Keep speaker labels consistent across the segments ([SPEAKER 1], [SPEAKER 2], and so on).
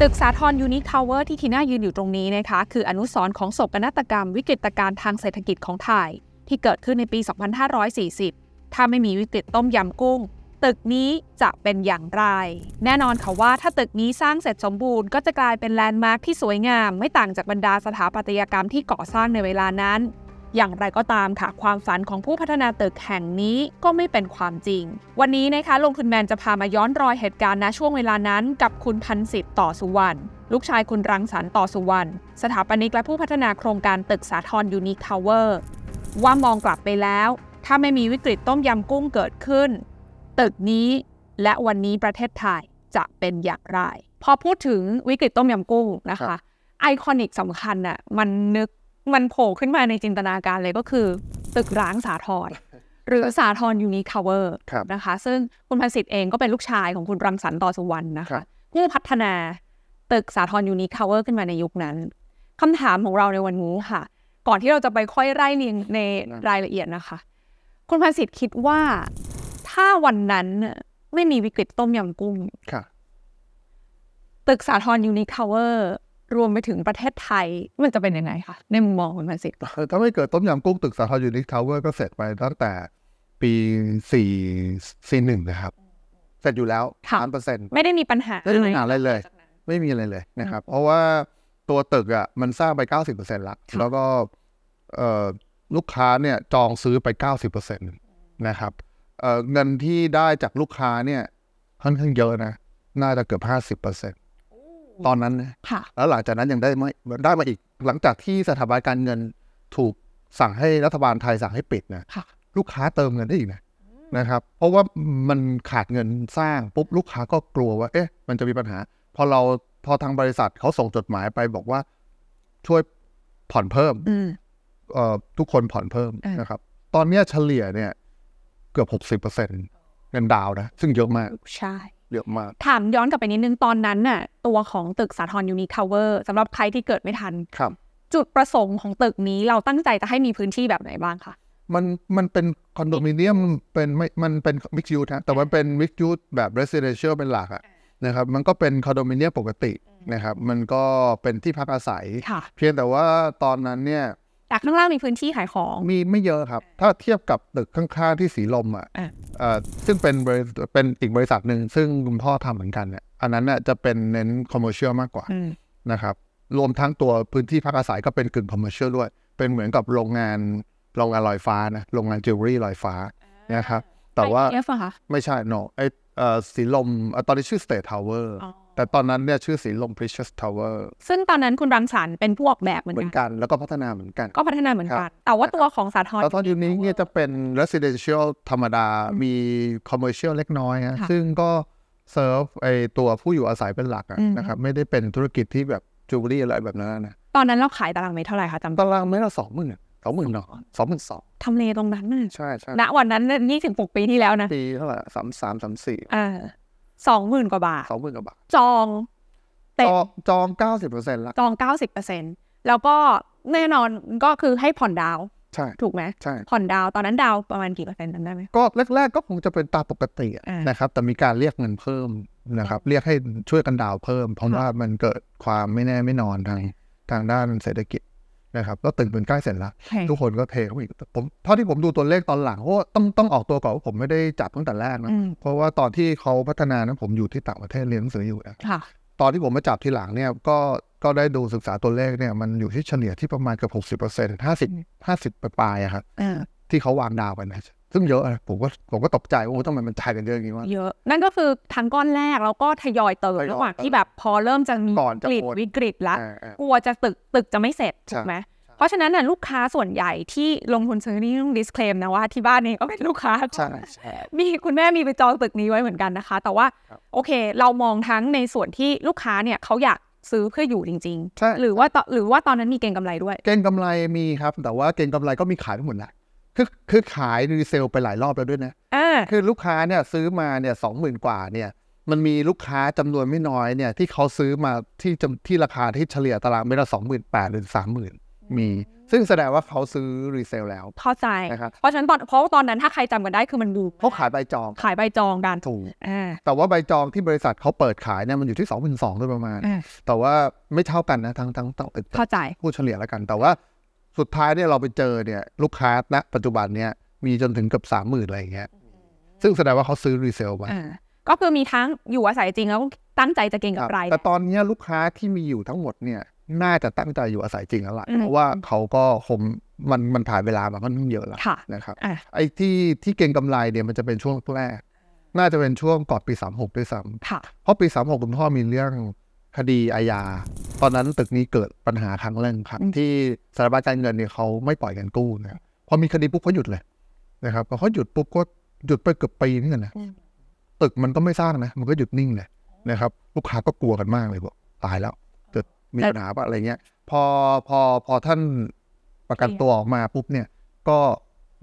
[SPEAKER 1] ตึกสาทรยูนิคทาวเวอร์ที่ทีน่ายืนอยู่ตรงนี้นะคะ คืออนุสรณ์ของโศกนาฏกรรมวิกฤตการณ์ทางเศรษฐกิจของไทย ที่เกิดขึ้นในปี 2540 ถ้าไม่มีวิกฤตต้มยำกุ้ง ตึกนี้จะเป็นอย่างไร แน่นอนค่ะว่าถ้าตึกนี้สร้างเสร็จสมบูรณ์ก็จะกลายเป็นแลนด์มาร์คที่สวยงาม ไม่ต่างจากบรรดาสถาปัตยกรรมที่ก่อสร้างในเวลานั้น อย่างไรก็ตามค่ะ ความฝันของผู้พัฒนาตึกแห่งนี้ก็ไม่เป็นความจริง วันนี้นะคะลงทุนแมนจะพามาย้อนรอยเหตุการณ์ณช่วงเวลานั้นกับคุณพันสิทธิ์ต่อสุวรรณลูกชายคุณรังสรรค์ต่อสุวรรณสถาปนิกและผู้พัฒนาโครงการตึกสาทรยูนิคทาวเวอร์ว่ามองกลับไปแล้ว ถ้าไม่มีวิกฤตต้มยำกุ้งเกิดขึ้น ตึกนี้และวันนี้ประเทศไทยจะเป็นอย่างไร พอพูดถึงวิกฤตต้มยำกุ้งนะ
[SPEAKER 2] ครั
[SPEAKER 1] คะ
[SPEAKER 2] บ
[SPEAKER 1] ไอคอนิกสำคัญน่ะมันนึกมันโผล่ขึ้นมาในจินตนาการเลยก็คือ ตึกร้างสาท รหรือสาทรยูนิคาวเวอร์
[SPEAKER 2] ครับ
[SPEAKER 1] นะคะซึ่งคุณพันสิทธิ์เองก็เป็นลูกชายของคุณรังสรรค์ต่อสุวรรณนะ
[SPEAKER 2] ครั
[SPEAKER 1] คะ
[SPEAKER 2] บ
[SPEAKER 1] ผู้พัฒนาตึกสาทรยูนิคาวเวอร์ขึ้นมาในยุคนั้นคำถามของเราในวันนี้ค่ะ ก่อนที่เราจะไปค่อยไล่เรียงในรายละเอียดนะคะ คุณพันสิทธิ์คิดว่าถ้าวันนั้นน่ะไม่มีวิกฤตต้มยำกุ้ง
[SPEAKER 2] ค่ะ
[SPEAKER 1] ตึกสาทรยูนิคาวเวอร์รวมไปถึงประเทศไทย มันจะเป็นยังไงคะในมุมมองคุณพันสิทธิ์
[SPEAKER 2] ถ้าไม่เกิดต้มยำกุ้งตึกสาทรยูนิคทาวเวอร์ก็เสร็จไปตั้งแต่ปีสี่สี่หนึ่งนะครับ เสร็จอยู่แล้ว
[SPEAKER 1] ค่ะ
[SPEAKER 2] สามเปอร์เซ็นต์
[SPEAKER 1] ไม่ได้มีปัญหา
[SPEAKER 2] ไม่ได้มีปัญหาอะไรเลย
[SPEAKER 1] จากนั้น
[SPEAKER 2] ไม่มีอะไรเลยนะครับ เพราะว่าตัวตึกอ่ะมันสร้างไปเก้าสิบเปอร์เซ็นต์ละ
[SPEAKER 1] ค่ะ
[SPEAKER 2] แล้วก็เอ่อลูกค้าเนี่ยจองซื้อไปเก้าสิบเปอร์เซ็นต์นะครับเอ่อเงินที่ได้จากลูกค้าเนี่ยค่อนข้างเยอะนะ น่าจะเกือบห้าสิบเปอร์เซ็นต์ตอนนั้นนะ
[SPEAKER 1] ค่ะ
[SPEAKER 2] แล้วหลังจากนั้นยังได้ไม่ได้มาอีก หลังจากที่สถาบันการเงินถูกสั่งให้รัฐบาลไทยสั่งให้ปิดนะ
[SPEAKER 1] ค่ะ
[SPEAKER 2] ลูกค้าเติมเงินได้อีกนะนะครับ เพราะว่ามันขาดเงินสร้างปุ๊บลูกค้าก็กลัวว่า เอ๊ะ มันจะมีปัญหา พอเราพอทางบริษัทเขาส่งจดหมายไปบอกว่าช่วยผ่อนเพิ่ม
[SPEAKER 1] อืม
[SPEAKER 2] เอ่อทุกคนผ่อนเพิ่ม
[SPEAKER 1] เออ
[SPEAKER 2] นะครับ ตอนเนี้ยเฉลี่ยเนี่ย เกือบหกสิบเปอร์เซ็นเงินดาวน์นะซึ่งเยอะมาก
[SPEAKER 1] ใช่
[SPEAKER 2] เยอะมาก
[SPEAKER 1] ถามย้อนกลับไปนิดนึงตอนนั้นน่ะตัวของตึกสาทรยูนิทาวเวอร์สำหรับใครที่เกิดไม่ทัน
[SPEAKER 2] ครับ
[SPEAKER 1] จุดประสงค์ของตึกนี้เราตั้งใจจะให้มีพื้นที่แบบไหนบ้างคะ
[SPEAKER 2] มันมันเป็นคอนโดมิเนียมเป็นไม่มันเป็นมิกซ์ยูนะแต่มันเป็นมิกซ์ยูแบบเรสซิเดนเชียลเป็นหลักอะนะครับมันก็เป็นคอนโดมิเนียมปกตินะครับมันก็เป็นที่พักอาศัย
[SPEAKER 1] ค่ะ
[SPEAKER 2] เพียงแต่ว่าตอนนั้นเนี่ย
[SPEAKER 1] จากข้างล่างมีพื้นที่ขายของ
[SPEAKER 2] มีไม่เยอะครับ ถ้าเทียบกับตึกข้างๆที่สีลมอ่ะ
[SPEAKER 1] อ่ะ
[SPEAKER 2] เอ่อซึ่งเป็นบริเป็นอีกบริษัทหนึ่งซึ่งคุณพ่อทำเหมือนกันเนี่ยอันนั้นน่ะจะเป็นเน้นคอมเมอร์เชียลมากกว่า
[SPEAKER 1] อืม
[SPEAKER 2] นะครับรวมทั้งตัวพื้นที่พักอาศัยก็เป็นกึ่งคอมเมอร์เชียลด้วย เป็นเหมือนกับโรงงานโรงงานลอยฟ้านะโรงงานจิวเวลรี่ลอยฟ้านะครับแต่ว่า
[SPEAKER 1] IDF อะคะ
[SPEAKER 2] ไม่ใช่ no ไอเอ่อสีลมเอ่อตอนนี้ชื่อ State Tower
[SPEAKER 1] อ๋อ
[SPEAKER 2] แต่ตอนนั้นเนี่ยชื่อสีลม Precious Tower
[SPEAKER 1] ซึ่งตอนนั้นคุณรังสรรค์เป็นผู้ออกแบบเหมือน
[SPEAKER 2] เหมือน
[SPEAKER 1] กัน
[SPEAKER 2] กันแล้วก็พัฒนาเหมือนกัน
[SPEAKER 1] ก็พัฒนาเหมือน
[SPEAKER 2] ครั
[SPEAKER 1] กัน
[SPEAKER 2] บ
[SPEAKER 1] แต่ว่าตัวของสาทร
[SPEAKER 2] แล้วตอนอยู่นี้เนี่ยจะเป็น residential ธรรมดา มี commercial เล็กน้อยนะ
[SPEAKER 1] ค่ะ
[SPEAKER 2] ซึ่งก็เซิร์ฟไอตัวผู้อยู่อาศัยเป็นหลักอะ
[SPEAKER 1] อืม
[SPEAKER 2] นะครับไม่ได้เป็นธุรกิจที่แบบจิวเวลรี่อะไรแบบนั้นนะ
[SPEAKER 1] ตอนนั้นเราขายตารางเมตรเท่าไหร่คะจำได้
[SPEAKER 2] ตารางเมตรละสองหมื่นสองหมื่นเนาะสองหมื่นสอง
[SPEAKER 1] ทำเลตรงนั้นน่ะ
[SPEAKER 2] ใช่ใช่
[SPEAKER 1] ณวันนั้นนี่ถึงปกปีที่แล้วนะ
[SPEAKER 2] ปีเท่าไหร่สามสามสามสี่
[SPEAKER 1] อ่าสองหมื่นกว่าบาท
[SPEAKER 2] สองหมื่นกว่าบาท
[SPEAKER 1] จอง
[SPEAKER 2] จ
[SPEAKER 1] เต็ม
[SPEAKER 2] องจองเก้าสิบเปอร์เซ็นต์ละ
[SPEAKER 1] จอง 90%แล้วก็แน่นอนก็คือให้ผ่อนดาวน์
[SPEAKER 2] ใช่
[SPEAKER 1] ถูกไหม
[SPEAKER 2] ใช่
[SPEAKER 1] ผ่อนดาวน์ตอนนั้นดาวน์ประมาณกี่เปอร์เซ็นต์จำได้ไหม
[SPEAKER 2] ก็แรก ๆ ก็คงจะเป็นตามปกติอะ
[SPEAKER 1] อ่าน
[SPEAKER 2] นะครับ แต่มีการเรียกเงินเพิ่มนะครับ เรียกให้ช่วยกันดาวน์เพิ่ม เพราะว่ามันเกิดความไม่แน่ไม่นอนทางทางด้านเศรษฐกิจนะครับก็ตึงเป็นใกล้เสร็จละ ทุกคนก็เทเข้าไปอีกแต่ผมเท่าที่ผมดูตัวเลขตอนหลังเพราะว่าต้องต้องออกตัวก่อนว่าผมไม่ได้จับตั้งแต่แรกนะ
[SPEAKER 1] อืม
[SPEAKER 2] เพราะว่าตอนที่เขาพัฒนานะผมอยู่ที่ต่างประเทศเรียนหนังสืออยู่นะ
[SPEAKER 1] ค่ะ
[SPEAKER 2] ตอนที่ผมมาจับทีหลังเนี่ยก็ก็ได้ดูศึกษาตัวเลขเนี่ยมันอยู่ที่เฉลี่ยที่ประมาณเกือบหกสิบเปอร์เซ็นต์ห้าสิบห้าสิบปลายๆอะครับ
[SPEAKER 1] เออ
[SPEAKER 2] ที่เขาวางดาวกันนะซึ่งเยอะอะผมก็ผมก็ตกใจว่าโอ้ทำไมมันจ่ายกันเยอะอย่างนี้วะ
[SPEAKER 1] เยอะ นั่นก็คือทางก้อนแรกแล้วก็ทยอยเติม
[SPEAKER 2] ทยอย
[SPEAKER 1] ระหว่างที่แบบพอเริ่มจะมี
[SPEAKER 2] ก่อนจะ
[SPEAKER 1] กฤต
[SPEAKER 2] โอน
[SPEAKER 1] วิกฤตละ
[SPEAKER 2] อ่าอ่า
[SPEAKER 1] กลัวจะตึกตึกจะไม่เสร็จถู
[SPEAKER 2] ใช่
[SPEAKER 1] กไหม เพราะฉะนั้นน่ะลูกค้าส่วนใหญ่ที่ลงทุนซื้อนี่ต้อง disclaim นะว่าที่บ้านเองก็เป็นลูกค้า
[SPEAKER 2] ใช่ใช่
[SPEAKER 1] มีคุณแม่มีไปจองตึกนี้ไว้เหมือนกันนะคะ แต่ว่า
[SPEAKER 2] ครับ
[SPEAKER 1] โอเค เรามองทั้งในส่วนที่ลูกค้าเนี่ยเขาอยากซื้อเพื่ออยู่จริง
[SPEAKER 2] ใช่
[SPEAKER 1] ๆ หรือว่าตอนหรือว่าตอนนั้นมีเกณฑ์กำไรด้วย
[SPEAKER 2] เก็งกำไรมีครับ แต่ว่าเก็งกำไรก็มีขายไม่หมดนะคือคือขายรีเซลไปหลายรอบแล้วด้วยนะ
[SPEAKER 1] อ่า
[SPEAKER 2] คือลูกค้าเนี่ยซื้อมาเนี่ยสองหมื่นกว่าเนี่ยมันมีลูกค้าจำนวนไม่น้อยเนี่ยที่เขาซื้อมาที่จำที่ราคาที่เฉลี่ยตารางเมตรละสองหมื่นแปดหรือสามหมื่น มี ซึ่งแสดงว่าเขาซื้อรีเซลแล้ว
[SPEAKER 1] เข้าใจ
[SPEAKER 2] นะครับ
[SPEAKER 1] เพราะฉะนั้นตอนเพราะว่าตอนนั้นถ้าใครจำกันได้คือมันดู
[SPEAKER 2] เขาขายใบจอง
[SPEAKER 1] ขายใบจองกัน
[SPEAKER 2] ถูก
[SPEAKER 1] อ่า
[SPEAKER 2] แต่ว่าใบจองที่บริษัทเขาเปิดขายเนี่ยมันอยู่ที่สองพันสองโดยประมาณ
[SPEAKER 1] อ่า
[SPEAKER 2] แต่ว่าไม่เท่ากันนะทั้งทั้งทั้ง
[SPEAKER 1] เข้าใจ
[SPEAKER 2] พูดเฉลี่ยแล้วกัน แต่ว่าสุดท้ายเนี่ยเราไปเจอเนี่ยลูกค้าณปัจจุบันเนี่ยมีจนถึงเกือบสามหมื่นอะไรอย่างเงี้ยซึ่งแสดงว่าเขาซื้อรีเซลมา
[SPEAKER 1] อ่าก็คือมีทั้งอยู่อาศัยจริงแล้วตั้งใจจะเก็ง
[SPEAKER 2] ค
[SPEAKER 1] กั
[SPEAKER 2] รั
[SPEAKER 1] บบ ราย
[SPEAKER 2] แต่ตอนเนี้ยลูกค้าที่มีอยู่ทั้งหมดเนี่ยน่าจะตั้งใจอยู่อาศัยจริงแล้วล่ะ
[SPEAKER 1] อืม
[SPEAKER 2] เพราะว่าเขาก็คงมันมันผ่านเวลามาค่อนข้างเยอะแล้ว
[SPEAKER 1] ค่ะ
[SPEAKER 2] นะครับ
[SPEAKER 1] อ่า
[SPEAKER 2] ไอ้ที่ที่เก็งกำไรเนี่ยมันจะเป็นช่วงแรก น่าจะเป็นช่วงก่อนปี 36 ด้วยซ้
[SPEAKER 1] ค่ะ
[SPEAKER 2] ำเพราะปี 36 คุณพ่อมีเรื่องคดีอาญาตอนนั้นตึกนี้เกิดปัญหาครั้งแรกครับ
[SPEAKER 1] อืม
[SPEAKER 2] ที่สถาบันการเงินเนี่ยเขาไม่ปล่อยเงินกู้นะครับพอมีคดีปุ๊บเขาหยุดเลยนะครับพอเขาหยุดปุ๊บก็หยุดไปเกือบปีนึงอะนะ ตึกมันก็ไม่สร้างนะ มันก็หยุดนิ่งเลยนะครับ ลูกค้าก็กลัวกันมากเลยบอกตายแล้วเกิดมี
[SPEAKER 1] แต่
[SPEAKER 2] ปัญหาปะอะไรเงี้ย พอพอพอท่านประกันตัวออกมาปุ๊บเนี่ย ก็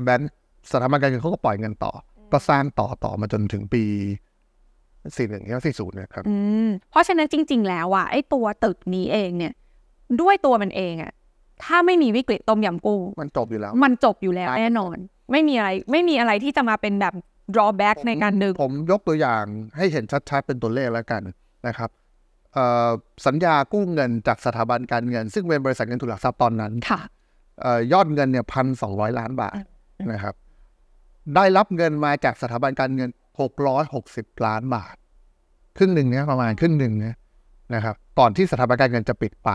[SPEAKER 2] แบงค์สถาบันการเงินเขาก็ปล่อยเงินต่อ ก็สร้างต่อต่อมาจนถึงปีสี่หนึ่งสี่ศูนย์นะครับ
[SPEAKER 1] อืมเพราะฉะนั้นจริง ๆ แล้วอ่ะไอ้ตัวตึกนี้เองเนี่ย ด้วยตัวมันเองอ่ะถ้าไม่มีวิกฤตต้มยำกุ้ง
[SPEAKER 2] มันจบอยู่แล้ว
[SPEAKER 1] มันจบอยู่แล้ว
[SPEAKER 2] ใช่
[SPEAKER 1] แน่นอน ไม่มีอะไรไม่มีอะไรที่จะมาเป็นแบบ drawback ในการดึง
[SPEAKER 2] ผมยกตัวอย่างให้เห็นชัดๆ เป็นตัวเลขแล้วกันนะครับเอ่อสัญญากู้เงินจากสถาบันการเงิน ซึ่งเป็นบริษัทเงินทุนหลักทรัพย์ตอนนั้น
[SPEAKER 1] ค่ะ
[SPEAKER 2] เอ่อยอดเงินเนี่ยพันสองร้อยล้านบาท
[SPEAKER 1] อืม
[SPEAKER 2] นะครับ ได้รับเงินมาจากสถาบันการเงินหกร้อยหกสิบล้านบาท ครึ่งหนึ่งเนี่ยประมาณครึ่งหนึ่งเนี่ยนะครับ ก่อนที่สถาบันการเงินจะปิดไป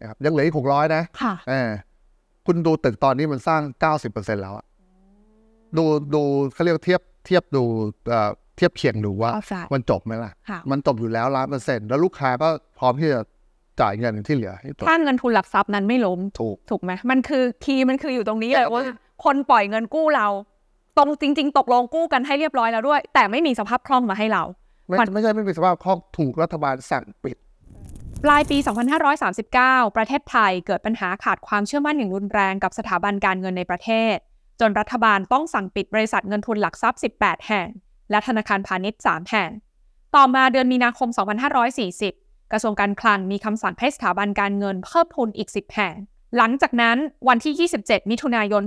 [SPEAKER 2] นะครับยังเหลืออีกหกร้อยนะ
[SPEAKER 1] ค่ะ
[SPEAKER 2] เออคุณดูตึกตอนนี้มันสร้างเก้าสิบเปอร์เซ็นแล้วอะดูดูเขาเรียกเทียบเทียบดูเอ่อเทียบเคียงดูว่า
[SPEAKER 1] เข้าใจ
[SPEAKER 2] มันจบไหมล่ะ
[SPEAKER 1] ค่ะ
[SPEAKER 2] มันจบอยู่แล้วล้านเปอร์เซ็นต์แล้วลูกค้าก็พร้อมที่จะจ่ายเงินที่เหลือให้ตัว
[SPEAKER 1] ถ้าเงินทุนหลักทรัพย์นั้นไม่ล้ม
[SPEAKER 2] ถูก
[SPEAKER 1] ถูกไหมมันคือคีย์มันคืออยู่ตรงนี้เลย
[SPEAKER 2] ใช่
[SPEAKER 1] ว่าคนปล่อยเงินกู้เรา ตรงจริง ๆ ตกลงกู้กันให้เรียบร้อยแล้วด้วย แต่ไม่มีสภาพคล่องมาให้เรา
[SPEAKER 2] ไม่
[SPEAKER 1] มัน
[SPEAKER 2] ไม่ใช่ไม่มีสภาพคล่องถูกรัฐบาลสั่งปิด
[SPEAKER 1] ปลายปี 2539 ประเทศไทยเกิดปัญหาขาดความเชื่อมั่นอย่างรุนแรงกับสถาบันการเงินในประเทศ จนรัฐบาลต้องสั่งปิดบริษัทเงินทุนหลักทรัพย์ 18 แห่ง และธนาคารพาณิชย์ 3 แห่ง ต่อมาเดือนมีนาคม 2540 กระทรวงการคลังมีคำสั่งให้สถาบันการเงินเพิ่มทุนอีก 10 แห่ง หลังจากนั้นวันที่ 27 มิถุนายน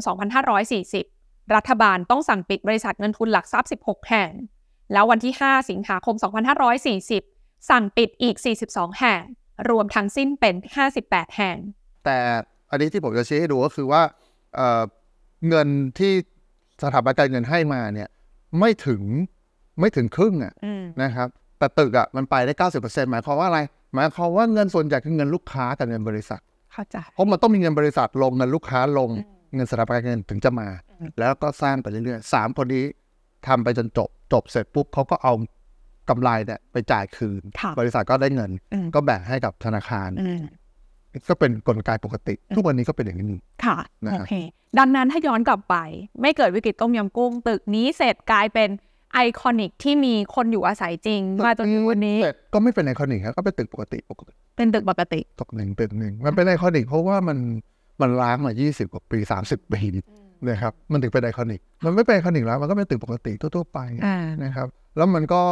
[SPEAKER 1] 2540 รัฐบาลต้องสั่งปิดบริษัทเงินทุนหลักทรัพย์ 16 แห่ง แล้ววันที่ 5 สิงหาคม 2540 สั่งปิดอีก 42 แห่ง รวมทั้งสิ้นเป็น 58 แห่ง
[SPEAKER 2] แต่อันนี้ที่ผมจะชี้ให้ดูก็คือว่าเอ่อเงินที่สถาบันการเงินให้มาเนี่ยไม่ถึงไม่ถึงครึ่งอะนะครับ แต่ตึกอะมันไปได้ 90%หมายความว่าอะไร หมายความว่าเงินส่วนใหญ่คือเงินลูกค้ากับเงินบริษัท
[SPEAKER 1] เข้าใจ
[SPEAKER 2] เพราะมันต้องมีเงินบริษัทลงเงินลูกค้าลงเงินสถาบันการเงินถึงจะมา
[SPEAKER 1] อืม
[SPEAKER 2] แล้วก็สร้างไปเรื่อยๆสามคนนี้ทำไปจนจบจบเสร็จปุ๊บเขาก็เอากำไรเนี่ยไปจ่ายคืน
[SPEAKER 1] ค่ะ
[SPEAKER 2] บริษัทก็ได้เงิน
[SPEAKER 1] อืม
[SPEAKER 2] ก็แบ่งให้กับธนาคาร ก็เป็นกลไกปกติ ทุกวันนี้ก็เป็นอย่างนี้
[SPEAKER 1] ค่ะ
[SPEAKER 2] นะครั
[SPEAKER 1] โอบ เค ดังนั้นถ้าย้อนกลับไป ไม่เกิดวิกฤตต้มยำกุ้ง ตึกนี้เสร็จกลายเป็นไอคอนิกที่มีคนอยู่อาศัยจริง มาจนถึงวันนี้
[SPEAKER 2] เสร็จก็ไม่เป็นไอคอนิกครับก็เป็นตึกปกติปกติ
[SPEAKER 1] เป็นตึกปกติ
[SPEAKER 2] ตกหนึ่งตึกหนึ่งมันเป็นไอคอนิกเพราะว่ามันมันล้างมา 20 กว่าปี 30 ปีนะครับมันถึงเป็นไอคอนิกมันไม่เป็นไอคอนิกแล้วมันก็เป็นตึกปกติทั่วๆไป
[SPEAKER 1] อ่า
[SPEAKER 2] นะครับ แล้วมันก็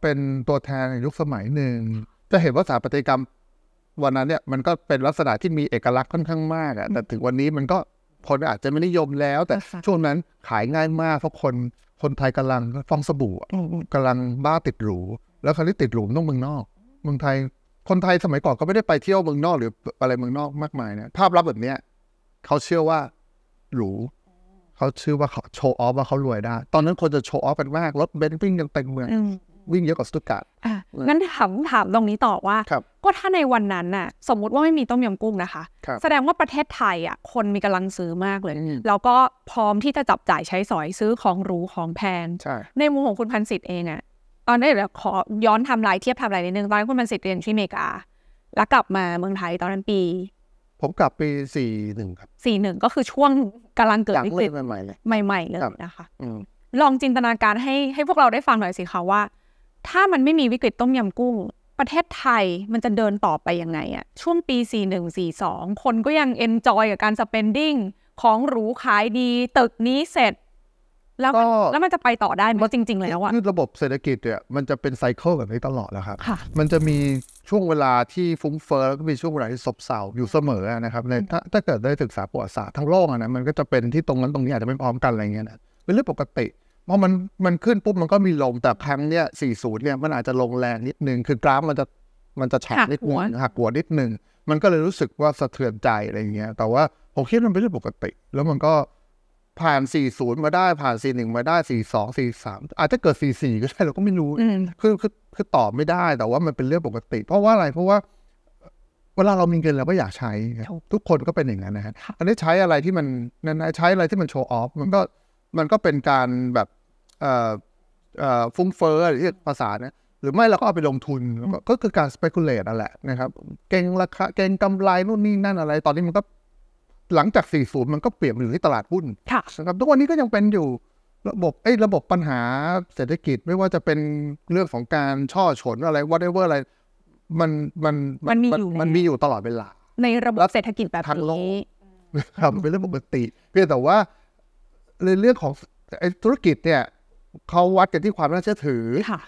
[SPEAKER 2] เป็นตัวแทนในยุคสมัยหนึ่ง จะเห็นว่าสถาปัตยกรรมวันนั้นเนี่ยมันก็เป็นลักษณะที่มีเอกลักษณ์ค่อนข้างมากอะแต่ถึงวันนี้มันก็คนอาจจะไม่นิยมแล้ว แต่
[SPEAKER 1] ค่ะ
[SPEAKER 2] ช่วงนั้นขายง่ายมากเพราะคนคนไทยกำลังฟองสบู่อะ กำลังบ้าติดหรู แล้วคราวนี้ติดหรูมันต้องเมืองนอก เมืองไทย คนไทยสมัยก่อนก็ไม่ได้ไปเที่ยวเมืองนอกหรืออะไรเมืองนอกมากมายนะภาพลับแบบเนี้ยเขาเชื่อว่าหรูเขาเชื่อว่าเขาโชว์ออฟว่าเขารวยได้ ตอนนั้นคนจะโชว์ออฟกันมาก รถเบนซ์วิ่งยังเต็มเมือง
[SPEAKER 1] อืม
[SPEAKER 2] วิ่งเยอะกว่าสตุตการ์ด
[SPEAKER 1] อ่ะงั้นถามถามตรงนี้ต่อว่า
[SPEAKER 2] ครับ
[SPEAKER 1] ก็ถ้าในวันนั้นน่ะ สมมุติว่าไม่มีต้มยำกุ้งนะคะ
[SPEAKER 2] ครับ
[SPEAKER 1] แสดงว่าประเทศไทยอ่ะคนมีกำลังซื้อมากเลย แล้วก็พร้อมที่จะจับจ่ายใช้สอยซื้อของหรูของแพง
[SPEAKER 2] ใช่
[SPEAKER 1] ในมุมของคุณพันสิทธิ์เองอะตอนนี้เดี๋ยวขอย้อนไทำลายเทียบไทำลายนิดนึงตอนนนคุณพันสิทธิ์เรียนที่อเมริกา แล้วกลับมาเมืองไทยตอนนั้นปี
[SPEAKER 2] ผมกลับปีสี่หนึ่งครับ
[SPEAKER 1] 41 ก็คือช่วงกำลังเกิด
[SPEAKER 2] หลัง
[SPEAKER 1] วิก
[SPEAKER 2] เลิ
[SPEAKER 1] ฤ
[SPEAKER 2] ก
[SPEAKER 1] ต
[SPEAKER 2] ใหม่ๆเลย
[SPEAKER 1] ใหม่ ๆ เลย
[SPEAKER 2] ครับ
[SPEAKER 1] นะคะ
[SPEAKER 2] อืม
[SPEAKER 1] ลองจินตนาการให้ให้พวกเราได้ฟังหน่อยสิคะว่า ถ้ามันไม่มีวิกฤตต้มยำกุ้ง ประเทศไทยมันจะเดินต่อไปยังไงอะช่วงปี 41 42 คนก็ยังเอนจอยกับการ spending ของหรูขายดีตึกนี้เสร็จ แล้วมัน
[SPEAKER 2] ก็
[SPEAKER 1] แล้วมันจะไปต่อได้ไหมจริง ๆ แล้วอะ
[SPEAKER 2] คือระบบเศรษฐกิจเนี่ยมันจะเป็นไซเคิลแบบนี้ตลอดแหล้วครับ
[SPEAKER 1] ค่ะ
[SPEAKER 2] มันจะมี ช่วงเวลาที่ฟุ้งเฟ้อแล้วก็มีช่วงเวลาที่ซบเซาอยู่เสมออะนะครับในถ้าถ้าเกิดได้ศึกษาประวัติศาสตร์ทั้งโลกอะนะมันก็จะเป็นที่ตรงนั้นตรงนี้อาจจะไม่พร้อมกันอะไรเงี้ยนะเป็นเรื่องปกติเพราะมันมันขึ้นปุ๊บมันก็มีลงแต่ครั้งเนี้ย40เนี่ยมันอาจจะลงแรงนิดนึงคือกราฟมันจะมันจะฉาก
[SPEAKER 1] หัก
[SPEAKER 2] นิด
[SPEAKER 1] หั
[SPEAKER 2] นึ
[SPEAKER 1] ว
[SPEAKER 2] งหักหัวนิดนึง มันก็เลยรู้สึกว่าสะเทือนใจอะไรอย่างเงี้ย แต่ว่าผมคิดว่ามันเป็นเรื่องปกติ แล้วมันก็ผ่าน 40 มาได้ ผ่าน 41 มาได้ 42 43 อาจจะเกิด 44 ก็ได้เราก็ไม่รู้
[SPEAKER 1] อืม
[SPEAKER 2] คือคือคือตอบไม่ได้ แต่ว่ามันเป็นเรื่องปกติ เพราะว่าอะไร เพราะว่าเวลาเรามีเงินเราก็อยากใช้ครับ
[SPEAKER 1] ถูก
[SPEAKER 2] ทุกคนก็เป็นอย่างนั้นนะฮะ
[SPEAKER 1] ค่ะ
[SPEAKER 2] อันนี้ใช้อะไรที่มันนั่นนะใช้อะไรที่มันโชว์ออฟ มันก็มันก็เป็นการแบบเอ่อเอ่อฟุ้งเฟ้อหรือภาษานะ หรือไม่เราก็เอาไปลงทุนก็ก็คือการ speculate นั่นแหละนะครับ เก่งราคาเก่งกำไรนู่นนี่นั่นอะไร ตอนนี้มันก็หลังจาก 40 มันก็เปลี่ยนมาอยู่ที่ตลาดหุ้น
[SPEAKER 1] ค่ะ
[SPEAKER 2] นะครับทุกวันนี้ก็ยังเป็นอยู่ระบบเอ้ยระบบปัญหาเศรษฐกิจไม่ว่าจะเป็นเรื่องของการช่อฉนอะไร whatever อะไร มันมัน
[SPEAKER 1] มันมีอยู่แล้ว
[SPEAKER 2] มันมีอยู่ตลอดเวลา
[SPEAKER 1] ในระบบเศรษฐกิจแบบ
[SPEAKER 2] ทั้งโลก
[SPEAKER 1] นี้
[SPEAKER 2] ครับเป็นเรื่องปกติเพียงแต่ว่าในเรื่องของไอ้ธุรกิจเนี่ยเขาวัดกันที่ความน่าเชื่อถือ
[SPEAKER 1] ค่ะ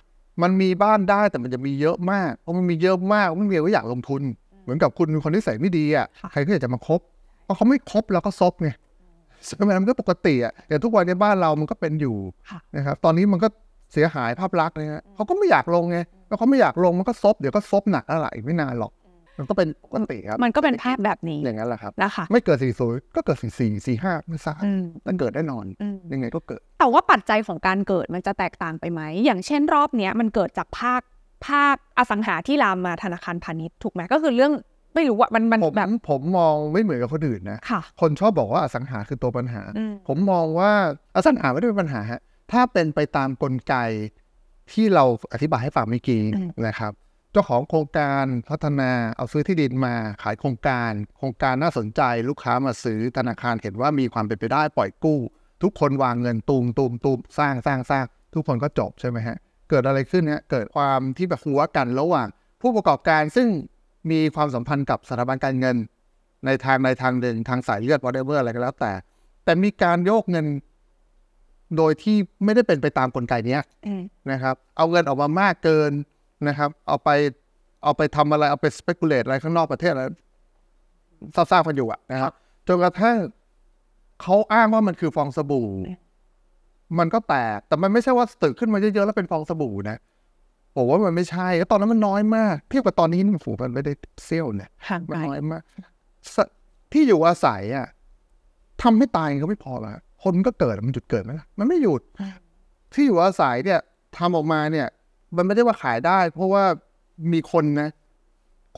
[SPEAKER 2] มันมีบ้านได้แต่มันจะมีเยอะมากเพราะมันมีเยอะมากไม่มีใครก็อยากลงทุน เหมือนกับคุณเป็นคนที่ใส่ไม่ดีอ่ะ
[SPEAKER 1] ค่ะ
[SPEAKER 2] ใครก็อยากจะมาคบเพราะเขาไม่คบเราก็ซบไงใช่ไหมมันก็ปกติอ่ะแต่ทุกวันในบ้านเรามันก็เป็นอยู่
[SPEAKER 1] ค่ะ
[SPEAKER 2] นะครับ ตอนนี้มันก็เสียหายภาพลักษณ์เลยฮะเขาก็ไม่อยากลงไงแล้วเขาไม่อยากลงมันก็ซบเดี๋ยวก็ซบหนักอะไรอีกไม่นานหรอก มันก็เป็นปกติครับ
[SPEAKER 1] มันก็เป็นภาพแบบนี้
[SPEAKER 2] อย่างนั้นแหละครับ
[SPEAKER 1] นะคะ
[SPEAKER 2] ไม่เกิดสี่ศูนย์ก็เกิดสี่สี่สี่ห้าไม่ทราบ
[SPEAKER 1] อืม
[SPEAKER 2] มันเกิดแน่นอน
[SPEAKER 1] อืม
[SPEAKER 2] ยังไงก็เกิด
[SPEAKER 1] แต่ว่าปัจจัยของการเกิดมันจะแตกต่างไปไหม อย่างเช่นรอบเนี้ยมันเกิดจากภาคภาคอสังหาที่ลามมาธนาคารพาณิชย์ถูกไหมก็คือเรื่องไม่รู้ว่ามันมัน
[SPEAKER 2] ผม
[SPEAKER 1] แบบ
[SPEAKER 2] ผมมองไม่เหมือนกับคนอื่นนะ
[SPEAKER 1] ค่ะ
[SPEAKER 2] คนชอบบอกว่าอสังหาคือตัวปัญหา
[SPEAKER 1] อืม
[SPEAKER 2] ผมมองว่าอสังหาไม่ได้เป็นปัญหาฮะ ถ้าเป็นไปตามกลไกที่เราอธิบายให้ฟังเมื่อกี้
[SPEAKER 1] อืม
[SPEAKER 2] นะครับ เจ้าของโครงการพัฒนาเอาซื้อที่ดินมาขายโครงการ โครงการน่าสนใจลูกค้ามาซื้อธนาคารเห็นว่ามีความเป็นไปได้ปล่อยกู้ ทุกคนวางเงินตูมตูมตูมสร้างสร้างสร้างทุกคนก็จบใช่ไหมฮะ เกิดอะไรขึ้นฮะเกิดความที่แบบหัวกันระหว่าง ผู้ประกอบการซึ่งมีความสัมพันธ์กับสถาบันการเงิน ในทางในทางเดินทางสายเลือด whatever อะไรก็แล้วแต่ แต่มีการโยกเงินโดยที่ไม่ได้เป็นไปตามกลไกเนี้ย
[SPEAKER 1] อืม
[SPEAKER 2] นะครับเอาเงินออกมามากเกินนะครับ เอาไปเอาไปทำอะไร เอาไป speculate อะไรข้างนอกประเทศอะไรทราบๆกันอยู่อะนะครับจนกระทั่งเขาอ้างว่ามันคือฟองสบู่
[SPEAKER 1] เนี่ย
[SPEAKER 2] มันก็แตก แต่มันไม่ใช่ว่าตึกขึ้นมาเยอะๆแล้วเป็นฟองสบู่นะผมว่ามันไม่ใช่แล้วตอนนั้นมันน้อยมากเทียบกับตอนนี้นี่มันฝูมันไม่ได้เซี่ยวเนี่ย
[SPEAKER 1] ห่าง
[SPEAKER 2] มั
[SPEAKER 1] ไก
[SPEAKER 2] น
[SPEAKER 1] ล
[SPEAKER 2] น้อยมากสที่อยู่อาศัยอ่ะทำให้ตายก็ไม่พอละคนก็เกิดมันหยุดเกิดไหมล่ะมันไม่หยุด ที่อยู่อาศัยเนี่ยทำออกมาเนี่ย มันไม่ได้ว่าขายได้ เพราะว่ามีคนนะ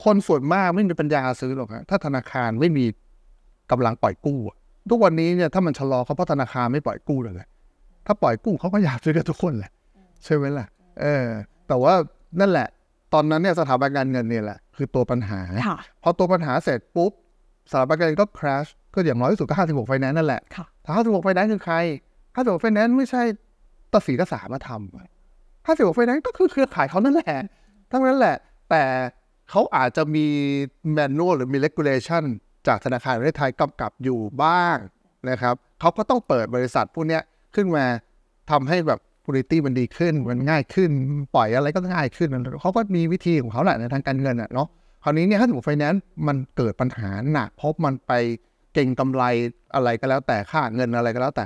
[SPEAKER 2] คนส่วนมากไม่มีปัญญาซื้อหรอกฮะถ้าธนาคารไม่มีกำลังปล่อยกู้อะทุกวันนี้เนี่ยถ้ามันชะลอเขาเพราะธนาคารไม่ปล่อยกู้เลยนะถ้าปล่อยกู้เขาก็อยากซื้อกันทุกคนแหละใช่ไหมล่ะ เออ แต่ว่านั่นแหละ ตอนนั้นเนี่ยสถาบันการเงินเนี่ยแหละคือตัวปัญหา
[SPEAKER 1] ค่ะ
[SPEAKER 2] พอตัวปัญหาเสร็จปุ๊บสถาบันการเงินก็ crash ก็อย่างน้อยที่สุดก็56ไฟแนนซ์นั่นแหละ
[SPEAKER 1] ค่ะ
[SPEAKER 2] แต่56ไฟแนนซ์คือใคร56ไฟแนนซ์ไม่ใช่ตสีกษามาทำ56ไฟแนนซ์ก็คือเครือข่ายเขานั่นแหละ ทั้งนั้นแหละ แต่เขาอาจจะมี manual หรือมี regulation จากธนาคารแห่งประเทศไทยกำกับอยู่บ้างนะครับเขาก็ต้องเปิดบริษัทพวกเนี้ยขึ้นมาทำให้แบบ quality มันดีขึ้น มันง่ายขึ้น ปล่อยอะไรก็ง่ายขึ้นเขาก็มีวิธีของเขาแหละในทางการเงินน่ะเนาะ คราวนี้เนี่ยถ้าถูกไฟแนนซ์มันเกิดปัญหาหนักเพราะมันไปเก่งกำไรอะไรก็แล้วแต่ค่าเงินอะไรก็แล้วแต่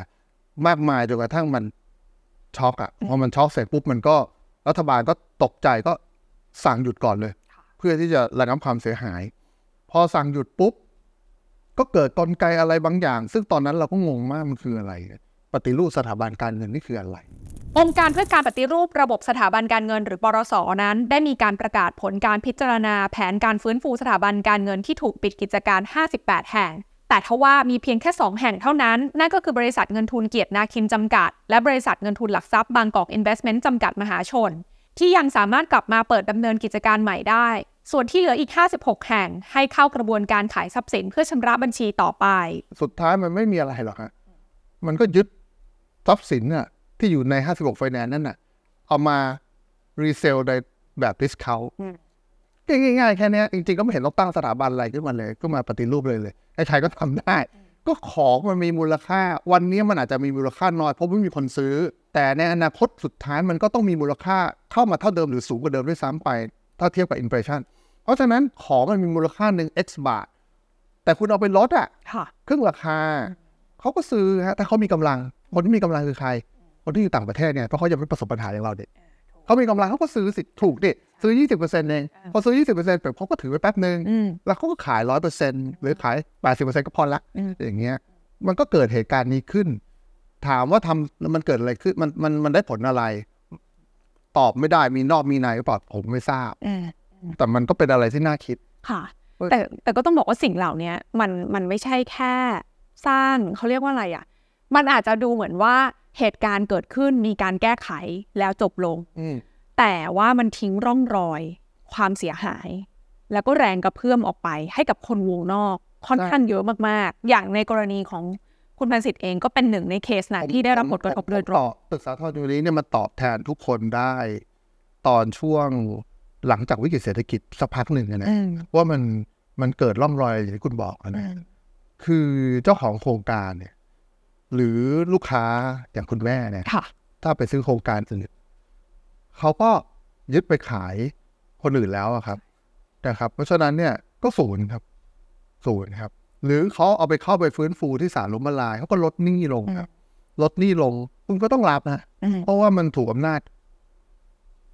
[SPEAKER 2] มากมายจนกระทั่งมันช็อกอะพอมันช็อกเสร็จปุ๊บมันก็รัฐบาลก็ตกใจก็สั่งหยุดก่อนเลย
[SPEAKER 1] ค่ะ
[SPEAKER 2] เพื่อที่จะระงับความเสียหาย พอสั่งหยุดปุ๊บ ก็เกิดกลไกอะไรบางอย่าง ซึ่งตอนนั้นเราก็งงมากมันคืออะไร ปฏิรูปสถาบันการเงินนี่คืออะไร
[SPEAKER 1] องค์การเพื่อการปฏิรูประบบสถาบันการเงินหรือปรสนั้น ได้มีการประกาศผลการพิจารณาแผนการฟื้นฟูสถาบันการเงินที่ถูกปิดกิจการ 58 แห่ง แต่ทว่ามีเพียงแค่ 2 แห่งเท่านั้น นั่นก็คือบริษัทเงินทุนเกียรตินาคินจำกัด และบริษัทเงินทุนหลักทรัพย์บางกอกอินเวสเมนต์จำกัดมหาชน ที่ยังสามารถกลับมาเปิดดำเนินกิจการใหม่ได้ ส่วนที่เหลืออีก 56 แห่ง ให้เข้ากระบวนการขายทรัพย์สินเพื่อชำระบัญชีต่อไป
[SPEAKER 2] สุดท้ายมันไม่มีอะไรหรอกฮะ มันก็ยึดทรัพย์สินน่ะที่อยู่ใน 56 ไฟแนนซ์นั่นน่ะ เอามารีเซลในแบบดิสคาว
[SPEAKER 1] อืม
[SPEAKER 2] ง่ายๆ แค่เนี้ยจริงๆ ก็ไม่เห็นต้องตั้งสถาบันอะไรขึ้นมาเลย ก็มาปฏิรูปเลยเลยไอ้ใครก็ทำได้ ก็ของมันมีมูลค่า วันนี้มันอาจจะมีมูลค่าน้อยเพราะไม่มีคนซื้อ แต่ในอนาคตสุดท้ายมันก็ต้องมีมูลค่าเข้ามาเท่าเดิมหรือสูงกว่าเดิมด้วยซ้ำไป ถ้าเทียบกับอินเฟชัน เพราะฉะนั้นของมันมีมูลค่าหนึ่ง x บาท แต่คุณเอาไปลดอะ
[SPEAKER 1] ค่ะ
[SPEAKER 2] ครึ่งราคา เขาก็ซื้อฮะแต่เขามีกำลัง คนที่มีกำลังคือใคร คนที่อยู่ต่างประเทศเนี่ยเพราะเขายังไม่ประสบปัญหาอย่างเราเด็เขามีกำลังเขาก็ซื้อสิถูกดิซื้อ 20%เองพอซื้อ 20%แบบเขาก็ถือไว้แป๊บหนึ่ง
[SPEAKER 1] อืม
[SPEAKER 2] แล้วเขาก็ขายร้อยเปอร์เซ็นหรือขายแปดสิบเปอร์เซ็นก็พอละ
[SPEAKER 1] อืม
[SPEAKER 2] อย่างเงี้ย มันก็เกิดเหตุการณ์นี้ขึ้น ถามว่าทำแล้วมันเกิดอะไรขึ้น มันมันมันได้ผลอะไร ตอบไม่ได้มีนอกมีในก็ตอบผมไม่ทราบ
[SPEAKER 1] อืม
[SPEAKER 2] แต่มันก็เป็นอะไรที่น่าคิด
[SPEAKER 1] ค่ะ
[SPEAKER 2] เอ้ย
[SPEAKER 1] แต่แต่ก็ต้องบอกว่าสิ่งเหล่าเนี้ยมันมันไม่ใช่แค่สร้างเขาเรียกว่าอะไรอ่ะ มันอาจจะดูเหมือนว่าเหตุการณ์เกิดขึ้นมีการแก้ไขแล้วจบลง แต่ว่ามันทิ้งร่องรอย ความเสียหาย แล้วก็แรงกระเพื่อมออกไปให้กับคนวงนอก ค่อนข้างเยอะมากๆ อย่างในกรณีของคุณพันสิทธิ์เองก็เป็นหนึ่งในเคสนะที่ได้รับผลกระทบโดยตรง
[SPEAKER 2] ต่อตึกสาทรณ์อยู่นี้เนี่ยมันตอบแทนทุกคนได้ ตอนช่วงหลังจากวิกฤตเศรษฐกิจสักพักหนึ่งอะนะ ว่ามันมันเกิดร่องรอยอย่างที่คุณบอกอะนะ
[SPEAKER 1] อืม
[SPEAKER 2] คือเจ้าของโครงการเนี่ย หรือลูกค้าอย่างคุณแม่เนี่ย
[SPEAKER 1] ค่ะ
[SPEAKER 2] ถ้าไปซื้อโครงการอื่นเขาก็ยึดไปขายคนอื่นแล้วอะครับนะครับ เพราะฉะนั้นเนี่ยก็ศูนย์ครับศูนย์ครับ หรือเขาเอาไปเข้าไปฟื้นฟูที่ศาลล้มละลายเขาก็ลดหนี้ลงครับ ลดหนี้ลงคุณก็ต้องรับนะ
[SPEAKER 1] อืม
[SPEAKER 2] เพราะว่ามันถูกอำนาจ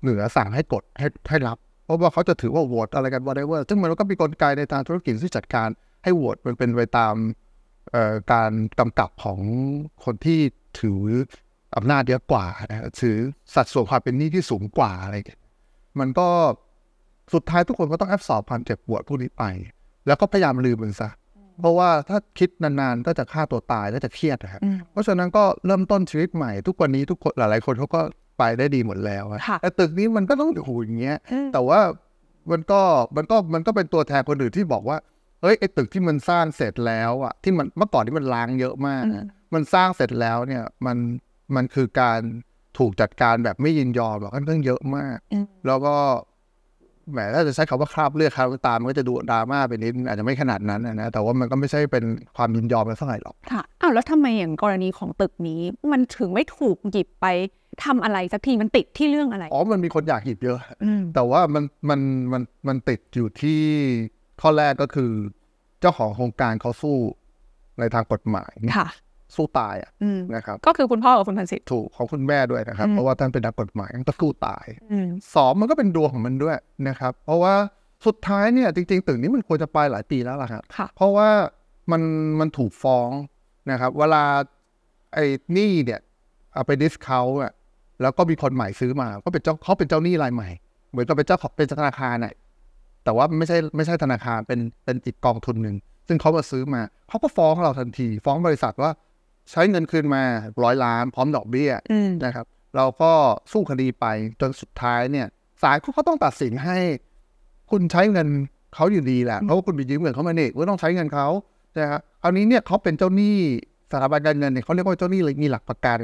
[SPEAKER 2] เหนือสั่งให้กดให้ให้รับ เพราะว่าเขาจะถือว่าโหวตอะไรกัน whatever ซึ่งมันก็มีกลไกในทางธุรกิจที่จัดการ ให้โหวตมันเป็นไปตามเอ่อการกำกับของคนที่ถืออำนาจเยอะกว่านะถือสัดส่วนความเป็นหนี้ที่สูงกว่าอะไรอย่างเงี้ยมันก็สุดท้ายทุกคนก็ต้องแอบสอบความเจ็บปวดพวกนี้ไป แล้วก็พยายามลืมมันซะเพราะว่าถ้าคิดนานๆก็จะฆ่าตัวตายก็จะเครียดนะครับ
[SPEAKER 1] อืม
[SPEAKER 2] เพราะฉะนั้นก็เริ่มต้นชีวิตใหม่ทุกวันนี้ทุกคนหลายๆคนเขาก็ไปได้ดีหมดแล้วอะ
[SPEAKER 1] ค่ะ
[SPEAKER 2] แต่ตึกนี้มันก็ต้องอยู่อย่างเงี้ย
[SPEAKER 1] อืม
[SPEAKER 2] แต่ว่ามันก็มันก็มันก็เป็นตัวแทนคนอื่นที่บอกว่าเอ้ยไอ้ตึกที่มันสร้างเสร็จแล้วอะที่มันเมื่อก่อนที่มันล้างเยอะมากอะมันสร้างเสร็จแล้วเนี่ยมันมันคือการถูกจัดการแบบไม่ยินยอมแบบค่อนข้างเยอะมาก
[SPEAKER 1] อืม
[SPEAKER 2] แล้วก็แหมถ้าจะใช้คำว่าคราบเลือดคราบน้ำตามันก็จะดูดราม่าไปนิดอาจจะไม่ขนาดนั้นอะนะแต่ว่ามันก็ไม่ใช่เป็นความยินยอมกันเท่าไหร่หรอก
[SPEAKER 1] ค่ะ อ้าวแล้วทำไมอย่างกรณีของตึกนี้ มันถึงไม่ถูกหยิบไปทำอะไรสักทีมันติดที่เรื่องอะไร
[SPEAKER 2] อ๋อมันมีคนอยากหยิบเยอะ
[SPEAKER 1] อืม
[SPEAKER 2] แต่ว่ามันมันมันมันติดอยู่ที่ข้อแรกก็คือ เจ้าของโครงการเขาสู้ในทางกฎหมาย
[SPEAKER 1] ค่ะ
[SPEAKER 2] สู้ตายอะ
[SPEAKER 1] อืม
[SPEAKER 2] นะครับ
[SPEAKER 1] ก็คือคุณพ่อกับคุณพันศิษย์
[SPEAKER 2] ถูกของคุณแม่ด้วยนะครับ
[SPEAKER 1] อืม
[SPEAKER 2] เพราะว่าท่านเป็นนักกฎหมายท่านก็สู้ตาย
[SPEAKER 1] อืม
[SPEAKER 2] สองมันก็เป็นดวงของมันด้วยนะครับ เพราะว่าสุดท้ายเนี่ยจริงๆตึกนี้มันควรจะไปหลายปีแล้วล่ะครับ
[SPEAKER 1] ค่ะ
[SPEAKER 2] เพราะว่ามันมันถูกฟ้องนะครับ เวลาไอ้หนี้เนี่ยเอาไปดิสเคาท์อะแล้วก็มีคนใหม่ซื้อมา ก็เป็นเจ้าเขาเป็นเจ้าหนี้รายใหม่ เหมือนกับเป็นเจ้าของเป็นธนาคารน่ะแต่ว่าไม่ใช่ไม่ใช่ธนาคารเป็นเป็นอีกกองทุนหนึ่ง ซึ่งเขามาซื้อมาเขาก็ฟ้องเราทันที ฟ้องบริษัทว่าใช้เงินคืนมาร้อยล้าน พร้อมดอกเบี้ย
[SPEAKER 1] อืม
[SPEAKER 2] นะครับเราก็สู้คดีไปจนสุดท้ายเนี่ยศาลเขาก็ต้องตัดสินให้ คุณใช้เงินเขาอยู่ดีแหละเพราะว่าคุณไปยืมเงินเขามาเนี่ยก็ต้องใช้เงินเขานะครับคราวนี้เนี่ยเขาเป็นเจ้าหนี้สถาบันการเงินเนี่ยเขาเรียกว่าเจ้าหนี้เลยมีหลักประกัน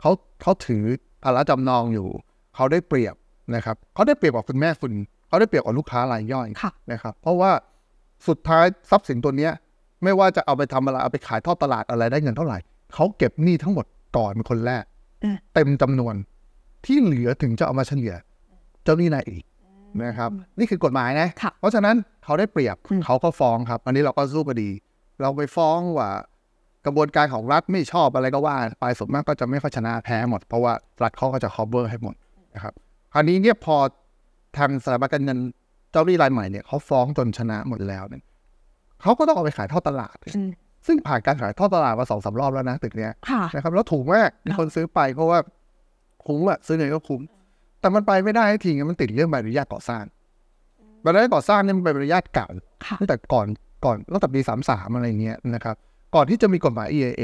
[SPEAKER 2] เขาเขาถืออาระจำนองอยู่ เขาได้เปรียบนะครับเขาได้เปรียบกว่าคุณแม่คุณเขาได้เปรียบกว่าลูกค้ารายย่อย
[SPEAKER 1] ค่ะ
[SPEAKER 2] นะครับ เพราะว่าสุดท้ายทรัพย์สินตัวเนี้ย ไม่ว่าจะเอาไปทำอะไรเอาไปขายทอดตลาดอะไรได้เงินเท่าไหร่เขาเก็บหนี้ทั้งหมดก่อนเป็นคนแรก
[SPEAKER 1] อืม
[SPEAKER 2] เต็มจำนวนที่เหลือถึงจะเอามาเฉลี่ย เจ้าหนี้นายอีกนะครับ นี่คือกฎหมายนะ
[SPEAKER 1] ค่ะ
[SPEAKER 2] เพราะฉะนั้นเขาได้เปรียบ
[SPEAKER 1] อืม
[SPEAKER 2] เขาก็ฟ้องครับ อันนี้เราก็สู้คดี เราไปฟ้องว่ากระบวนการของรัฐไม่ชอบอะไรก็ว่าไปส่วนมากก็จะไม่ค่อยชนะแพ้หมด เพราะว่ารัฐเขาก็จะ cover ให้หมดนะครับคราวนี้เนี่ยพอทางสถาบันการเงินเจ้าหนี้รายใหม่เนี่ยเขาฟ้องจนชนะหมดแล้วเนี่ยเขาก็ต้องเอาไปขายทอดตลาด
[SPEAKER 1] อืม
[SPEAKER 2] ซึ่งผ่านการขายทอดตลาดมาสองสามรอบแล้วนะตึกเนี้ย
[SPEAKER 1] ค่ะ
[SPEAKER 2] นะครับแล้วถูกมากมีคนซื้อไปเพราะว่าคุ้มอะซื้อเนยก็คุ้ม แต่มันไปไม่ได้ทีไงมันติดเรื่องใบอนุญาตก่อสร้างใบอนุญาตก่อสร้างเนี่ยมันเป็นใบอนุญาตเก่า
[SPEAKER 1] ค่ะ
[SPEAKER 2] ตั้งแต่ก่อนก่อนตั้งแต่ปีสามสามอะไรเงี้ยนะครับ ก่อนที่จะมีกฎหมาย EIA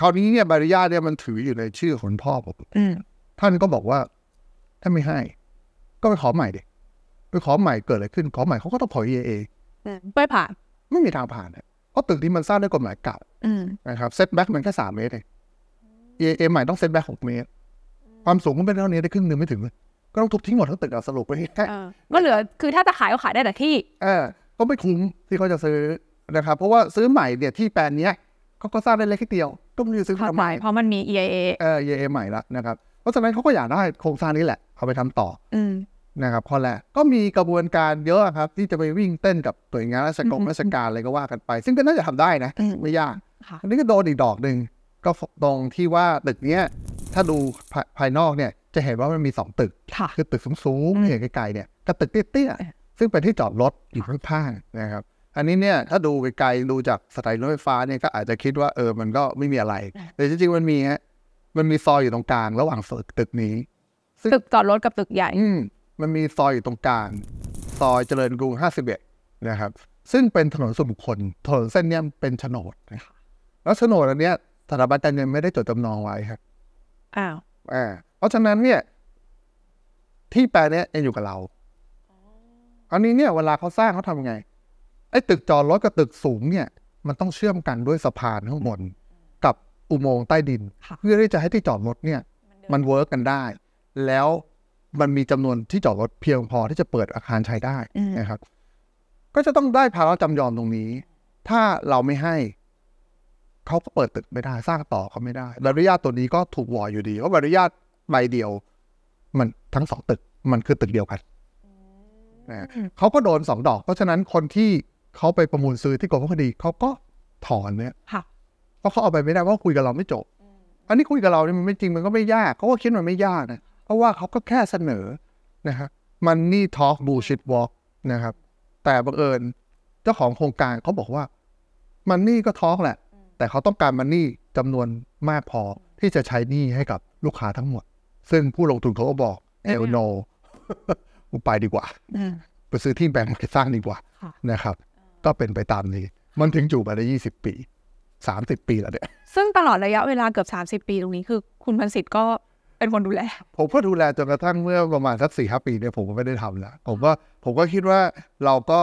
[SPEAKER 2] คราวนี้เนี่ยใบอนุญาตเนี่ยมันถืออยู่ในชื่อของคุณพ่อผม
[SPEAKER 1] อืม
[SPEAKER 2] ท่านก็บอกว่าถ้าไม่ให้ ก็ไปขอใหม่ดิไปขอใหม่เกิดอะไรขึ้นขอใหม่เขาก็ต้องขอ EIA
[SPEAKER 1] เป้ยผ่าน
[SPEAKER 2] ไม่มีทางผ่านอะเพราะตึกนี้มันสร้างด้วยกฎหมายเก่า
[SPEAKER 1] อืม
[SPEAKER 2] นะครับเซตแบ็กมันแค่สามเมตรเองเอเอใหม่ต้องเซตแบ็กหกเมตร ความสูงมันเป็นเท่านี้ได้ครึ่งหนึ่งไม่ถึงเลย ก็ต้องทุบทิ้งหมดทั้งตึกเอาสรุปไปแค่
[SPEAKER 1] เออ ก็เหลือ คือถ้าจะขายก็ขายได้แต่ที่
[SPEAKER 2] เออก็ไม่คุ้มที่เขาจะซื้อนะครับ เพราะว่าซื้อใหม่เนี่ยที่แปลนเนี้ยเขาก็สร้างได้เล็กแค่เดียว ก็ไม่ได้ซื้อ
[SPEAKER 1] เข้า
[SPEAKER 2] ทำ
[SPEAKER 1] ใจ
[SPEAKER 2] ไม
[SPEAKER 1] เพราะมันมี EIA
[SPEAKER 2] เออเอเอใหม่ละนะครับ เพราะฉะนั้นเขาก็อยากได้โครงสร้างนี้แหละเอาไปทำต่อ
[SPEAKER 1] อืม
[SPEAKER 2] นะครับข้อแรกก็มีกระบวนการเยอะครับ ที่จะไปวิ่งเต้นกับหน่วยงานราชกร
[SPEAKER 1] อื
[SPEAKER 2] ม
[SPEAKER 1] ม
[SPEAKER 2] ราชการอะไรก็ว่ากันไป ซึ่งก็น่าจะทำได้นะ
[SPEAKER 1] อืม
[SPEAKER 2] ไม่ยาก
[SPEAKER 1] ค่ะ
[SPEAKER 2] อันนี้ก็โดนอีกดอกหนึ่งก็ตรงที่ว่าตึกเนี้ยถ้าดูภาภายนอกเนี่ยจะเห็นว่ามันมีสองตึก
[SPEAKER 1] ค่ะ
[SPEAKER 2] คือตึกสูง
[SPEAKER 1] อื
[SPEAKER 2] ๆ
[SPEAKER 1] ม
[SPEAKER 2] เห็นไกลๆเนี่ยกับตึกเตี้ย
[SPEAKER 1] เออ
[SPEAKER 2] ๆซึ่งเป็นที่จอดรถอยู่ข้างๆนะครับ อันนี้เนี่ยถ้าดูไกลๆดูจากสถานีรถไฟฟ้าเนี่ยก็อาจจะคิดว่าเออมันก็ไม่มีอะไรแต่จริงๆมันมีฮะมันมีซอยอยู่ตรงกลางระหว่างตึกนี้ ซึ่ง
[SPEAKER 1] ตึกจอดรถกับตึกใหญ่
[SPEAKER 2] อืมมันมีซอยอยู่ตรงกลาง ซอยเจริญกรุง 51 นะครับ ซึ่งเป็นถนนส่วนบุคคล ถนนเส้นเนี้ยเป็นโฉนดนะครับแล้วโฉนดอันเนี้ยสถาบันการเงินไม่ได้จดจำนองไว้ครับ
[SPEAKER 1] อ้าว
[SPEAKER 2] อ่าเพราะฉะนั้นเนี่ย ที่แปลงเนี้ยยังอยู่กับเรา อันนี้เนี่ยเวลาเขาสร้างเขาทำยังไง ไอ้ตึกจอดรถกับตึกสูงเนี่ย มันต้องเชื่อมกันด้วยสะพานข้างบน กับอุโมงค์ใต้ดิน
[SPEAKER 1] ค่ะ
[SPEAKER 2] เพื่อที่จะให้ที่จอดรถเนี่ย มันเวิร์กกันได้ แล้วมันมีจำนวนที่จอดรถเพียงพอที่จะเปิดอาคารใช้ได้
[SPEAKER 1] อืม
[SPEAKER 2] นะครับ ก็จะต้องได้ภาระจำยอมตรงนี้ ถ้าเราไม่ให้ เขาก็เปิดตึกไม่ได้ สร้างต่อเขาไม่ได้ใบอนุญาตตัวนี้ก็ถูกวออยู่ดีเพราะใบอนุญาตใบเดียว มันทั้งสองตึกมันคือตึกเดียวกันนะเขาก็โดนสองดอก เพราะฉะนั้นคนที่เขาไปประมูลซื้อที่กรมพัฒนาคดีเขาก็ถอนเนี่ย
[SPEAKER 1] ค่ะ
[SPEAKER 2] เพราะเขาเอาไปไม่ได้เพราะคุยกับเราไม่จบ อันนี้คุยกับเราเนี่ยมันไม่จริงมันก็ไม่ยากเขาก็คิดมันไม่ยากนะเพราะว่าเขาก็แค่เสนอนะครับมันนี่ทอล์กบูชิ t วอล์กนะครับ แต่บังเอิญเจ้าของโครงการเขาบอกว่ามันนี่ก็ทอล์กแหละ แต่เขาต้องการมันนี่จำนวนมากพอที่จะใช้หนี่ให้กับลูกค้าทั้งหมด ซึ่งผู้ลงทุนเขาก็บอกเอลโน กูไปดีกว่า
[SPEAKER 1] อืม
[SPEAKER 2] ไปซื้อที่แบงก์ไปสร้างดีกว่า
[SPEAKER 1] ค่ะ
[SPEAKER 2] นะครับ ก็เป็นไปตามนี้ มันถึงอยู่มาได้ยี่สิบปีสามสิบปีแล้วเนี่ย
[SPEAKER 1] ซึ่งตลอดระยะเวลาเกือบ 30 ปีตรงนี้คือ คุณพันสิทธิ์ก็เป็นคนดูแล
[SPEAKER 2] ผมก็ดูแลจนกระทั่งเมื่อประมาณสักสี่ห้าปีเนี่ยผมก็ไม่ได้ทำละผมก็ผมก็คิดว่าเราก็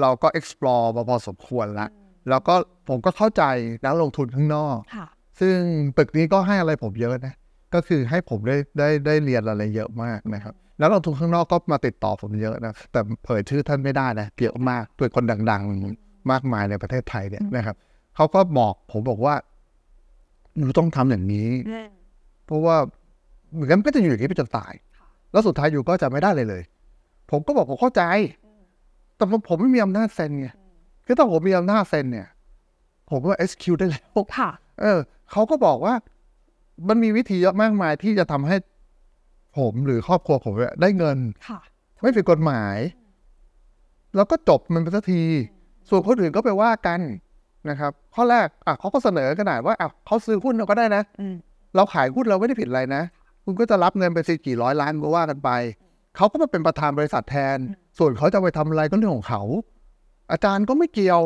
[SPEAKER 2] เราก็ explore มาพอสมควรละแล้วก็ผมก็เข้าใจนักลงทุนข้างนอก
[SPEAKER 1] ค่ะ
[SPEAKER 2] ซึ่งตึกนี้ก็ให้อะไรผมเยอะนะ ก็คือให้ผมได้ได้ได้เรียนอะไรเยอะมากนะครับ แล้วลงทุนข้างนอกก็มาติดต่อผมเยอะนะ แต่เผยชื่อท่านไม่ได้นะเยอะมากเป็นคนดัง ๆ มากมายในประเทศไทยเนี่ยนะครับเขาก็บอกผมบอกว่าหนูต้องทำอย่างนี้ เพราะว่าเหมือนกันมันก็จะอยู่อย่างนี้ไปจนตาย แล้วสุดท้ายอยู่ก็จะไม่ได้เลยเลย ผมก็บอกผมเข้าใจ แต่ผมผมไม่มีอำนาจเซ็นไง คือถ้าผมมีอำนาจเซ็นเนี่ย ผมว่า execute ได้แล้ว
[SPEAKER 1] ค่ะ
[SPEAKER 2] เออ เขาก็บอกว่า มันมีวิธีเยอะมากมายที่จะทำให้ผมหรือครอบครัวผมเนี่ยได้เงิน
[SPEAKER 1] ค่ะ
[SPEAKER 2] ไม่ผิดกฎหมาย แล้วก็จบมันไปสักที ส่วนคนอื่นก็ไปว่ากันนะครับ ข้อแรกอ่ะเขาก็เสนอขนาดว่าอ่ะเขาซื้อหุ้นเราก็ได้นะ
[SPEAKER 1] อืม
[SPEAKER 2] เราขายหุ้นเราไม่ได้ผิดอะไรนะ คุณก็จะรับเงินไปสิกี่ร้อยล้านก็ว่ากันไป เขาก็มาเป็นประธานบริษัทแทน ส่วนเขาจะไปทำอะไรก็เรื่องของเขา อาจารย์ก็ไม่เกี่ยว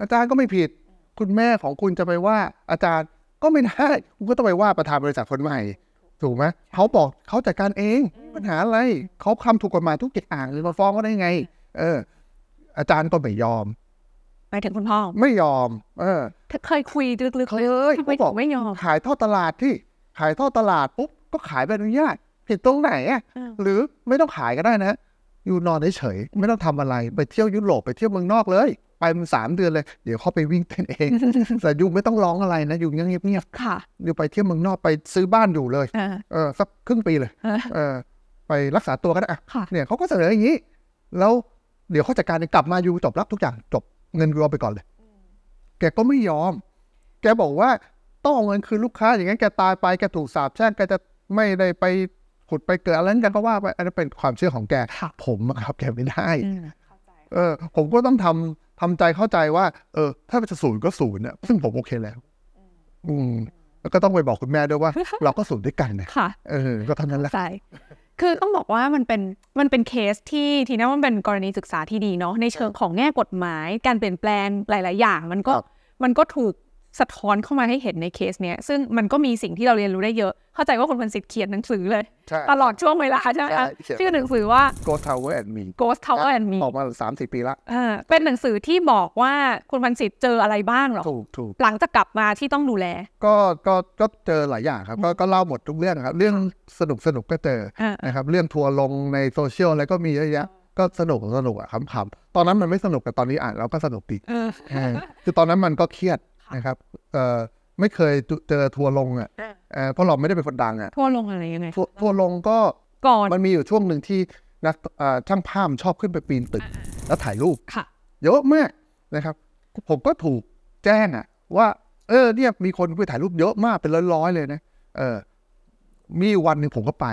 [SPEAKER 2] อาจารย์ก็ไม่ผิด คุณแม่ของคุณจะไปว่า อาจารย์ก็ไม่ได้คุณก็ต้องไปว่าประธานบริษัทคนใหม่ถูกไหมเขาบอกเขาจัดการเองปัญหาอะไรเขาทำถูกกฎหมายทุกอย่างเลยมาฟ้องก็ได้ไง เออ อาจารย์ก็ไม่ยอม
[SPEAKER 1] หมายถึงคุณพ่อ
[SPEAKER 2] ไม่ยอม เออ
[SPEAKER 1] เคยคุยลึกๆ
[SPEAKER 2] เคย
[SPEAKER 1] ทำไม
[SPEAKER 2] เขาบ
[SPEAKER 1] ถึ
[SPEAKER 2] อก
[SPEAKER 1] งไม่ยอม
[SPEAKER 2] ขายท่อตลาดที่ขายท่อตลาดปุ๊บก็ขายใบอนุญาตผิดตรงไหนอะ
[SPEAKER 1] อืม
[SPEAKER 2] หรือไม่ต้องขายก็ได้นะ อยู่นอนเฉยๆไม่ต้องทำอะไรไปเที่ยวยุโรปไปเที่ยวเมืองนอกเลย ไปมันสามเดือนเลย เดี๋ยวเขาไปวิ่งเต้น เอง แต่ยูไม่ต้องร้องอะไรนะยูเงียบ
[SPEAKER 1] ค่ะ
[SPEAKER 2] ๆยูไปเที่ยวเมืองนอกไปซื้อบ้านอยู่เลย
[SPEAKER 1] เออ
[SPEAKER 2] เออสักครึ่งปีเลย
[SPEAKER 1] เออ
[SPEAKER 2] เออ ไปรักษาตัวก็ได้อะ
[SPEAKER 1] ค่ะ
[SPEAKER 2] เนี่ยเขาก็เสนออย่างนี้ แล้วเดี๋ยวเขาจัดการเองกลับมายูจบรับทุกอย่างจบเงินยูเอาไปก่อนเลย แกก็ไม่ยอม แกบอกว่าต้องเอาเงินคืนลูกค้าอย่างนั้นแกตายไปแกถูกสาปแช่งแกจะไม่ได้ไปขุดไปเกิดอะไรนั่นแกก็ว่าไปอันนั้นเป็นความเชื่อของแก
[SPEAKER 1] ค่ะ
[SPEAKER 2] ผมอะครับแกไม่ได้
[SPEAKER 1] อืม
[SPEAKER 2] เออ ผมก็ต้องทำทำใจเข้าใจว่า เออ ถ้ามันจะศูนย์ก็ศูนย์เนี่ยซึ่งผมโอเคแล้ว อืม แล้วก็ต้องไปบอกคุณแม่ด้วยว่า เราก็ศูนย์ด้วยกันนะ
[SPEAKER 1] ค่ะ
[SPEAKER 2] เออ ก็เท่านั้นแหละ
[SPEAKER 1] ใช่ คือต้องบอกว่ามันเป็นมันเป็นเคสที่ทีน่าว่ามันเป็นกรณีศึกษาที่ดีเนาะในเชิงของแง่กฎหมาย การเปลี่ยนแปลงหลาย ๆ อย่าง มันก็
[SPEAKER 2] ครับ
[SPEAKER 1] มันก็ถูกสะท้อนเข้ามาให้เห็นในเคสเนี้ยซึ่งมันก็มีสิ่งที่เราเรียนรู้ได้เยอะ เข้าใจว่าคุณพันสิทธิ์เขียนหนังสือเลย
[SPEAKER 2] ใช่
[SPEAKER 1] ตลอดช่วงเวลาใช่ไหมคะ
[SPEAKER 2] ใช่เขียน
[SPEAKER 1] ชื่อหนังสือว่า
[SPEAKER 2] Go Tower and Me
[SPEAKER 1] Ghost Tower and Me
[SPEAKER 2] ออกมาสามสี่ปีละ
[SPEAKER 1] เออเป็นหนังสือที่บอกว่าคุณพันสิทธิ์เจออะไรบ้างเหรอ
[SPEAKER 2] ถูกถูก
[SPEAKER 1] หลังจากกลับมาที่ต้องดูแล
[SPEAKER 2] ก็ ก็ ก็เจอหลายอย่างครับ ก็ ก็เล่าหมดทุกเรื่องครับ เรื่องสนุกสนุกก็เจอ
[SPEAKER 1] อ่า
[SPEAKER 2] นะครับ เรื่องทัวร์ลงในโซเชียลอะไรก็มีเยอะแยะ ก็สนุกสนุกอะขำๆตอนนั้นมันไม่สนุกแต่ตอนนี้อ่านแล้วก็สนุกดี
[SPEAKER 1] เออ
[SPEAKER 2] เออคือตอนนั้นมันก็เครียดนะครับ เอ่อ ไม่เคยเจอทัวร์ลงอ่ะ
[SPEAKER 1] เออ
[SPEAKER 2] เออเพราะเราไม่ได้เป็นคนดังอ่ะ
[SPEAKER 1] ทั่วลงอะไรยังไง
[SPEAKER 2] ทัวร์ทัวร์ลงก็
[SPEAKER 1] ก่อน
[SPEAKER 2] มันมีอยู่ช่วงหนึ่งที่ นักเอ่อช่างภาพชอบขึ้นไปปีนตึก แล้วถ่ายรูป
[SPEAKER 1] ค่ะ
[SPEAKER 2] เยอะมากนะครับ ผมก็ถูกแจ้งอะว่า เออเนี่ยมีคนไปถ่ายรูปเยอะมากเป็นร้อยๆเลยนะเออ มีวันหนึ่งผมก็ไป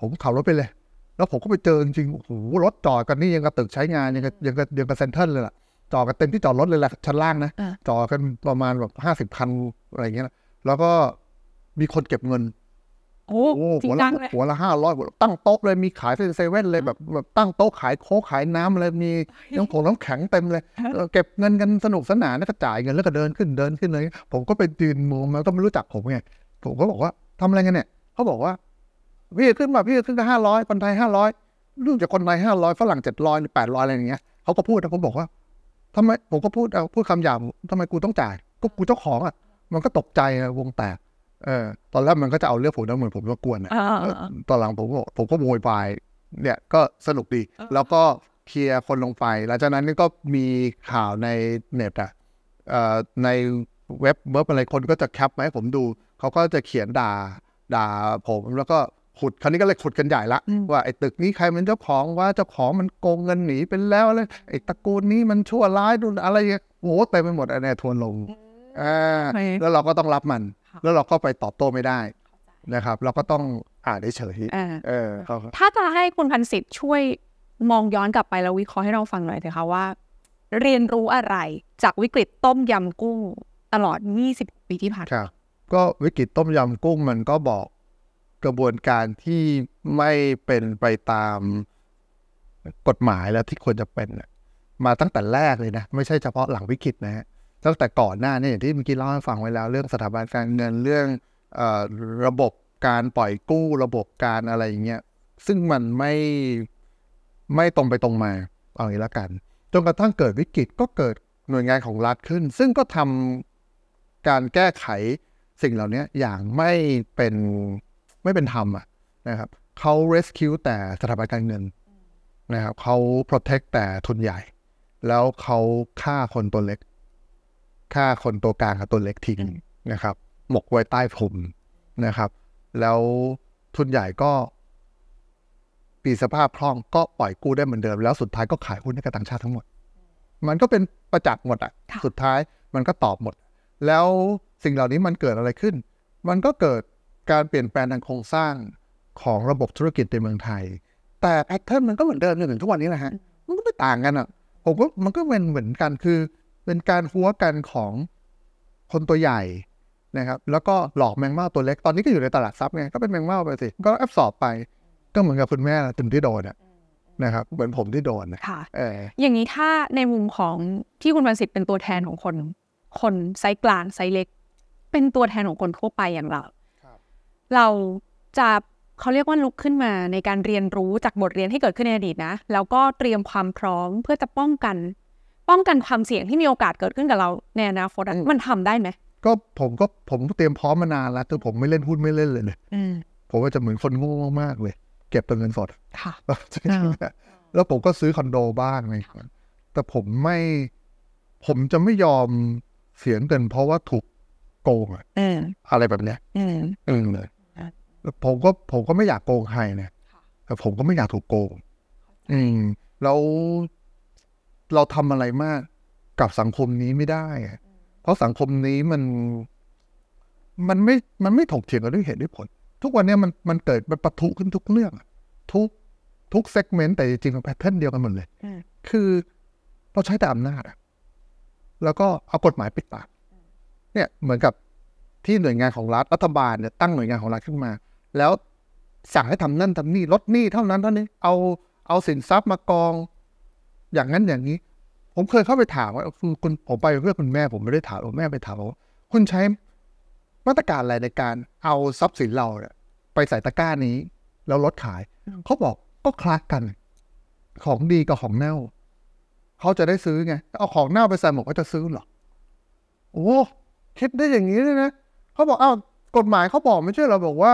[SPEAKER 2] ผมขับรถไปเลย แล้วผมก็ไปเจอจริงๆโอ้โหรถจอดกันนี่ยังกับตึกใช้งานยังกับยังกับยังกับเซนเทิลเลยล่ะจอดกันเต็มที่จอดรถเลยล่ะชั้นล่างนะ
[SPEAKER 1] อ่า
[SPEAKER 2] จอดกันประมาณแบบห้าสิบคันอะไรอย่างเงี้ยนะแล้วก็มีคนเก็บเงิน
[SPEAKER 1] โอ้
[SPEAKER 2] โอ้
[SPEAKER 1] จริ
[SPEAKER 2] หัว
[SPEAKER 1] ง
[SPEAKER 2] ละ
[SPEAKER 1] จังเลย
[SPEAKER 2] หัวละห้าร้อยตั้งโต๊ะเลยมีขายเซเว่นเลยแบบแบบตั้งโต๊ะขายโค้กขายน้ำอะไรมีน้ำผงน้ำแข็งเต็มเลย
[SPEAKER 1] ฮะ
[SPEAKER 2] เออเก็บเงินกันสนุกสนานแล้วก็จ่ายเงินแล้วก็เดินขึ้นเดินขึ้นเลย ผมก็ไปยืนมองมันก็ไม่รู้จักผมไงผมก็บอกว่าทำอะไรกันเนี่ยเขาบอกว่าพี่ขึ้นมาพี่ขึ้นก็ห้าร้อยคนไทยห้าร้อยรู้จากคนไทยห้าร้อยฝรั่งเจ็ดร้อยแปดร้อยอะไรอย่างเงี้ยเขาก็พูดนะผมบอกว่าทำไมผมก็พูดเอาพูดคำหยาบทำไมกูต้องจ่ายก็กูเจ้าของอ่ะมันก็ตกใจอะวงแตกเออตอนแรกมันก็จะเอาเรื่องผมนะเหมือนผมรบกวนอะ
[SPEAKER 1] อ่า
[SPEAKER 2] ตอนหลังผมก็บอกผมก็โวยวายเนี่ยก็สนุกดี
[SPEAKER 1] เออ
[SPEAKER 2] แล้วก็เคลียร์คนลงไป หลังจากนั้นก็มีข่าวในเน็ตอะเอ่อในเว็บเว็บอะไรคนก็จะแคปมาให้ผมดู เขาก็จะเขียนด่าด่าผมแล้วก็ขุดคราวนี้ก็เลยขุดกันใหญ่ละ
[SPEAKER 1] อืม
[SPEAKER 2] ว่าไอ้ตึกนี้ใครเป็นเจ้าของว่าเจ้าของมันโกงเงินหนีไปแล้วเลยไอ้ตระกูลนี้มันชั่วร้ายดูอะไรอย่างเงี้ยโอ้โหเต็มไปหมดอันเนี้ยทวนลง อ่า
[SPEAKER 1] โอเค
[SPEAKER 2] แล้วเราก็ต้องรับมัน
[SPEAKER 1] ค่ะ
[SPEAKER 2] แล้วเราก็ไปตอบโต้ไม่ได้นะครับ เราก็ต้องอ่านเฉยๆ
[SPEAKER 1] อ่า
[SPEAKER 2] เออเขาก็
[SPEAKER 1] ถ้าจะให้คุณพันสิทธิ์ช่วยมองย้อนกลับไปแล้ววิเคราะห์ให้เราฟังหน่อยเถอะค่ะว่า เรียนรู้อะไรจากวิกฤตต้มยำกุ้งตลอด 20 ปีที่ผ่านมา
[SPEAKER 2] ครับ ก็วิกฤตต้มยำกุ้งมันก็บอกกระบวนการที่ไม่เป็นไปตามกฎหมายแล้วที่ควรจะเป็นน่ะมาตั้งแต่แรกเลยนะ ไม่ใช่เฉพาะหลังวิกฤตนะฮะตั้งแต่ก่อนหน้าเนี่ยอย่างที่เมื่อกี้เล่าให้ฟังไว้แล้ว เรื่องสถาบันการเงินเรื่องเอ่อระบบการปล่อยกู้ระบบการอะไรอย่างเงี้ย ซึ่งมันไม่ไม่ตรงไปตรงมาเอาอย่างนี้ละกันจนกระทั่งเกิดวิกฤตก็เกิดหน่วยงานของรัฐขึ้น ซึ่งก็ทำการแก้ไขสิ่งเหล่านี้อย่างไม่เป็นไม่เป็นธรรมอะนะครับเขา rescue แต่สถาบันการเงินนะครับเขา protect แต่ทุนใหญ่ แล้วเขาฆ่าคนตัวเล็กฆ่าคนตัวกลางกับตัวเล็กทิ้ง
[SPEAKER 1] อืม
[SPEAKER 2] นะครับ หมกไว้ใต้ผมนะครับ แล้วทุนใหญ่ก็ ปีสภาพคล่องก็ปล่อยกู้ได้เหมือนเดิม แล้วสุดท้ายก็ขายหุ้นให้กับต่างชาติทั้งหมด มันก็เป็นประจักษ์หมดอ่ะ
[SPEAKER 1] ค่ะ
[SPEAKER 2] สุดท้ายมันก็ตอบหมด แล้วสิ่งเหล่านี้มันเกิดอะไรขึ้น มันก็เกิดการเปลี่ยนแปลงทางโครงสร้างของระบบธุรกิจในเมืองไทย แต่แพทเทิร์นมันก็เหมือนเดิมจนถึงทุกวันนี้แหละฮะ มันก็ไม่ต่างกันอ่ะ ผมว่ามันก็เป็นเหมือนกันคือ เป็นการหัวกันของคนตัวใหญ่นะครับ แล้วก็หลอกแมงเม่าตัวเล็ก ตอนนี้ก็อยู่ในตลาดซับไง ก็เป็นแมงเม่าไปสิ ก็แอบสอบไป ก็เหมือนกับคุณแม่ตุ่มที่โดนอะนะครับ เหมือนผมที่โดนนะ
[SPEAKER 1] ค่ะ
[SPEAKER 2] เออ
[SPEAKER 1] อย่างนี้ถ้าในมุมของที่คุณพันสิทธิ์เป็นตัวแทนของคน คนไซส์กลางไซส์เล็ก เป็นตัวแทนของคนทั่วไปอย่างเรา
[SPEAKER 2] ครับ
[SPEAKER 1] เราจะเขาเรียกว่าลุกขึ้นมาในการเรียนรู้จากบทเรียนที่เกิดขึ้นในอดีตนะ แล้วก็เตรียมความพร้อมเพื่อจะป้องกัน ป้องกันความเสี่ยงที่มีโอกาสเกิดขึ้นกับเราในอนาคตอะมันทำได้ไหม
[SPEAKER 2] ก็ผมก็ผมก็เตรียมพร้อมมานานแล้วแต่ผมไม่เล่นหุ้นไม่เล่นเลยเนี่ย
[SPEAKER 1] อืม
[SPEAKER 2] ผมว่าจะเหมือนคนโง่มากๆเลย เก็บแต่เงินสด
[SPEAKER 1] ค่ะ
[SPEAKER 2] แล้วผมก็ซื้อคอนโดบ้างอะไรอย่างเลยแต่ผมไม่ ผมจะไม่ยอมเสียเงินเพราะว่าถูกโกงอะ
[SPEAKER 1] เออ
[SPEAKER 2] อะไรแบบเนี้ย
[SPEAKER 1] เออ
[SPEAKER 2] เออเลย
[SPEAKER 1] อ่ะ
[SPEAKER 2] แล้วผมก็ผมก็ไม่อยากโกงใครนะแต่ผมก็ไม่อยากถูกโกง อืมแล้วเราทำอะไรมากกับสังคมนี้ไม่ได้อะเพราะสังคมนี้มัน มันไม่ มันไม่ถกเถียงกันด้วยเหตุด้วยผล ทุกวันเนี้ยมันมันเกิดมันปะทุขึ้นทุกเรื่องอะทุกทุกเซกเมนต์แต่จริงๆมันแพทเทิร์นเดียวกันหมดเลย
[SPEAKER 1] อืม
[SPEAKER 2] คือเราใช้แต่อำนาจอะแล้วก็เอากฎหมายปิดปากเนี่ยเหมือนกับที่หน่วยงานของรัฐรัฐบาลเนี่ยตั้งหน่วยงานของรัฐขึ้นมา แล้วสั่งให้ทำนั่นทำนี่ลดหนี้เท่านั้นเท่านี้เอาเอาสินทรัพย์มากอง อย่างนั้นอย่างนี้ ผมเคยเข้าไปถามว่าคือคุณผมไปเพื่อคุณแม่ผมไม่ได้ถามผมแม่ไปถามว่าคุณใช้มาตรการอะไรในการเอาทรัพย์สินเราเนี่ยไปใส่ตะกร้านี้ แล้วลดขาย
[SPEAKER 1] อืม
[SPEAKER 2] เขาบอกก็คลาสกัน ของดีกับของเน่า เขาจะได้ซื้อไง เอาของเน่าไปใส่หมวกเขาจะซื้อเหรอ โอ้โหคิดได้อย่างนี้เลยนะ เขาบอกอ้าวกฎหมายเขาบอกไม่ใช่เหราบอกว่า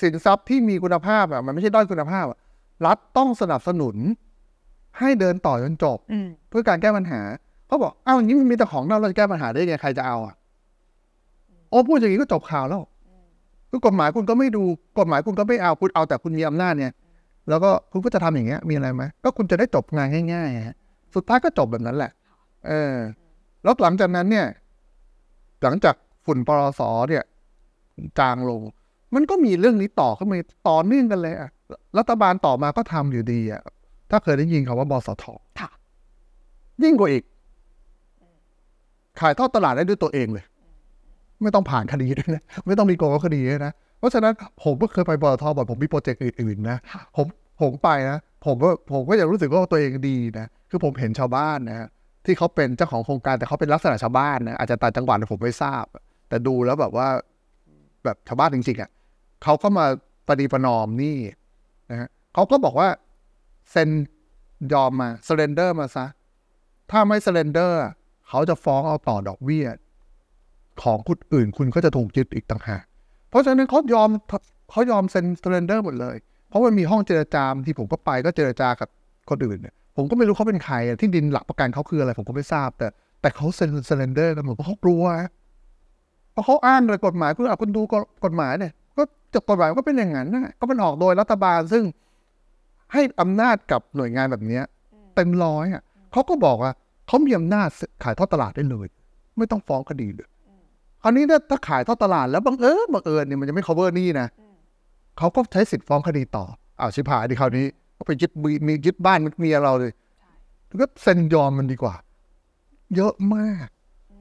[SPEAKER 2] สินทรัพย์ที่มีคุณภาพอะมันไม่ใช่ด้อยคุณภาพอะรัฐต้องสนับสนุน ให้เดินต่อจนจบ
[SPEAKER 1] อืม
[SPEAKER 2] เพื่อการแก้ปัญหา เขาบอกอ้าวอย่างนี้มันมีแต่ของเน่าเราจะแก้ปัญหาได้ไงใครจะเอาอ่ะ โอ้พูดอย่างนี้ก็จบข่าวแล้วคือกฎหมายคุณก็ไม่ดูกฎหมายคุณก็ไม่เอาคุณเอาแต่คุณมีอำนาจเนี่ย แล้วก็คุณก็จะทำอย่างเงี้ยมีอะไรไหมก็คุณจะได้จบงานง่ายๆฮะสุดท้ายก็จบแบบนั้นแหละ เออ แล้วหลังจากนั้นเนี่ย หลังจากฝุ่นปรสเนี่ย จางลง มันก็มีเรื่องนี้ต่อขึ้นมาต่อเนื่องกันเลยอะรัฐบาลต่อมาก็ทำอยู่ดีอะถ้าเคยได้ยินคำว่าบสท
[SPEAKER 1] ค่ะ
[SPEAKER 2] ยิ่งกว่าอีก ขายทอดตลาดได้ด้วยตัวเองเลย ไม่ต้องผ่านคดีด้วยนะ ไม่ต้องมีกองคดีด้วยนะ เพราะฉะนั้นผมก็เคยไปบอทบ่อยผมมีโปรเจกต์อื่นๆนะ ผมผมไปนะ ผมก็ผมก็ยังรู้สึกว่าตัวเองดีนะ คือผมเห็นชาวบ้านนะ ที่เขาเป็นเจ้าของโครงการแต่เขาเป็นลักษณะชาวบ้านนะ อาจจะต่างจังหวัดนะผมไม่ทราบ แต่ดูแล้วแบบว่า แบบชาวบ้านจริงๆอ่ะเขาก็มาปฏิประนอมหนี่นะฮะเขาก็บอกว่าเซ็นยอมมา s เ r นเดอร์มาซะ ถ้าไม่ s เ r นเดอร์เขาจะฟ้องเอาต่อดอกเบี้ย ของคุณอื่นคุณก็จะถูกยึดอีกต่างหาก เพราะฉะนั้นเขายอมเขายอมเซ็น s เ r นเดอร์หมดเลย เพราะมันมีห้องเจรจาที่ผมก็ไปก็เจรจากับคนอื่นเนี่ยผมก็ไม่รู้เขาเป็นใครอะที่ดินหลักประกันเขาคืออะไรผมก็ไม่ทราบ แต่แต่เขาเซ็น s เ r นเดอร์กันหมดเพราะเขากลัวนะ พอเขาอ้างเลยกฎหมายเพื่อคุณดูกฎหมายเนี่ย ก็จากกฎหมายก็เป็นอย่างนั้นนะก็มันออกโดยรัฐบาลซึ่งให้อำนาจกับหน่วยงานแบบเนี้ยเต็มร้อยอ่ะเขาก็บอกว่าเขามีอำนาจขายทอดตลาดได้เลย ไม่ต้องฟ้องคดีเลยคราวนี้เนี่ยถ้าขายทอดตลาดแล้วบังเอิญบังเอิญเนี่ยมันจะไม่ cover หนี่นะเขาก็ใช้สิทธิ์ฟ้องคดีต่ออ้าวชิบหายดิคราวนี้ก็ไปยึดมีมียึดบ้านเมียเราเลยก็เซ็นยอมมันดีกว่า เยอะมาก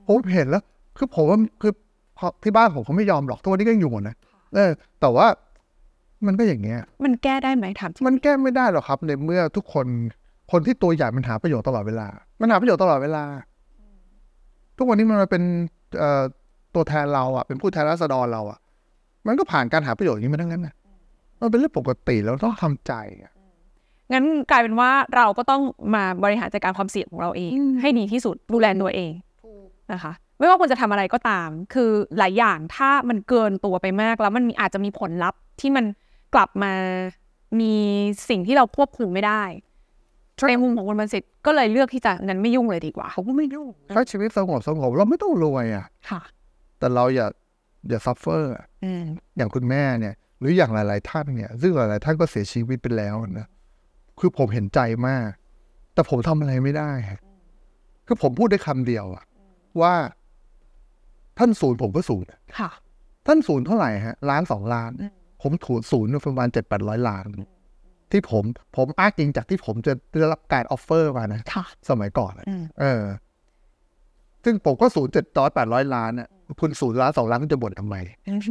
[SPEAKER 2] ผมเห็นแล้ว คือผมว่าคือ เพราะที่บ้านผมเขาไม่ยอมหรอกทุกวันนี้ก็ยังอยู่หมดนะเออ แต่ว่ามันก็อย่างเงี้ย
[SPEAKER 1] มันแก้ได้ไหมถามจริง
[SPEAKER 2] มันแก้ไม่ได้หรอกครับในเมื่อทุกคนคนที่ตัวใหญ่มันหาประโยชน์ตลอดเวลา มันหาประโยชน์ตลอดเวลา ทุกวันนี้มันมาเป็นเอ่อตัวแทนเราอ่ะเป็นผู้แทนราษฎรเราอ่ะ มันก็ผ่านการหาประโยชน์อย่างนี้มาทั้งนั้นนะมันเป็นเรื่องปกติแล้วต้องทำใจอ่ะ
[SPEAKER 1] งั้นกลายเป็นว่าเราก็ต้องมาบริหารจัดการความเสี่ยงของเราเอง
[SPEAKER 2] อืม
[SPEAKER 1] ให้ดีที่สุดดูแลตัวเองนะคะ ไม่ว่าคุณจะทำอะไรก็ตาม คือหลายอย่างถ้ามันเกินตัวไปมากแล้วมันมีอาจจะมีผลลัพธ์ที่มันกลับมามีสิ่งที่เราควบคุมไม่ได้ในมุมของคุณบันสิทธิ์ก็เลยเลือกที่จะงั้นไม่ยุ่งเลยดีกว่า
[SPEAKER 2] เขาก็ไม่ยุ่งใช้ชีวิตสงบสงบเราไม่ต้องรวยอ่ะ
[SPEAKER 1] ค่ะ
[SPEAKER 2] แต่เราอย่าอย่าซัฟเฟอร์อะ
[SPEAKER 1] อืม
[SPEAKER 2] อย่างคุณแม่เนี่ย หรืออย่างหลาย ๆ ท่านเนี่ย ซึ่งหลาย ๆ ท่านก็เสียชีวิตไปแล้วนะคือผมเห็นใจมาก แต่ผมทำอะไรไม่ได้ฮะคือผมพูดได้คำเดียวอะว่า ท่านศูนย์ผมก็ศูนย์อะ
[SPEAKER 1] ค่ะ
[SPEAKER 2] ท่านศูนย์เท่าไหร่ฮะล้านสองล้าน ผมถูนศูนย์ประมาณเจ็ดแปดร้อยล้าน ที่ผม ผมอ้างอิงจากที่ผมจะได้รับการออฟเฟอร์มานะ
[SPEAKER 1] ค่ะ
[SPEAKER 2] สมัยก่อนอะ
[SPEAKER 1] อืม
[SPEAKER 2] เออ ซึ่งผมก็ศูนย์เจ็ดร้อยแปดร้อยล้านอ่ะ คุณศูนย์ล้านสองล้านคุณจะบ่นทำไม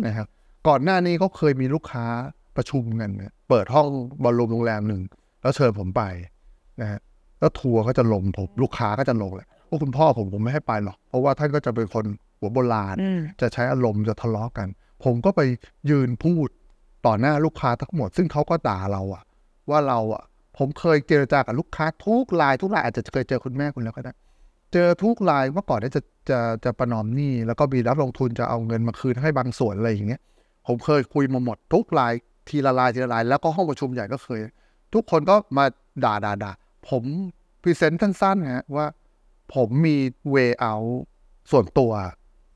[SPEAKER 2] นะครับ ก่อนหน้านี้เขาเคยมีลูกค้าประชุมกันเนี่ยเปิดห้องบอลลูมโรงแรมหนึ่ง แล้วเชิญผมไปนะฮะ แล้วทัวร์ก็จะลงผม ลูกค้าก็จะลงแหละพวกคุณพ่อผมผมไม่ให้ไปหรอก เพราะว่าท่านก็จะเป็นคนหัวโบราณ
[SPEAKER 1] อืม
[SPEAKER 2] จะใช้อารมณ์จะทะเลาะกัน ผมก็ไปยืนพูดต่อหน้าลูกค้าทั้งหมด ซึ่งเขาก็ด่าเราอะว่าเราอะผมเคยเจรจากับลูกค้าทุกรายทุกรายอาจจะเคยเจอคุณแม่คุณแล้วก็ได้ เจอทุกรายเมื่อก่อนเนี่ยจะจะจะประนอมหนี้แล้วก็มีรับลงทุนจะเอาเงินมาคืนให้บางส่วนอะไรอย่างเงี้ย ผมเคยคุยมาหมดทุกรายทีละรายทีละราย แล้วก็ห้องประชุมใหญ่ก็เคย ทุกคนก็มาด่าด่าด่าผมพรีเซนต์สั้นๆฮะว่า ผมมีเวเอาส่วนตัว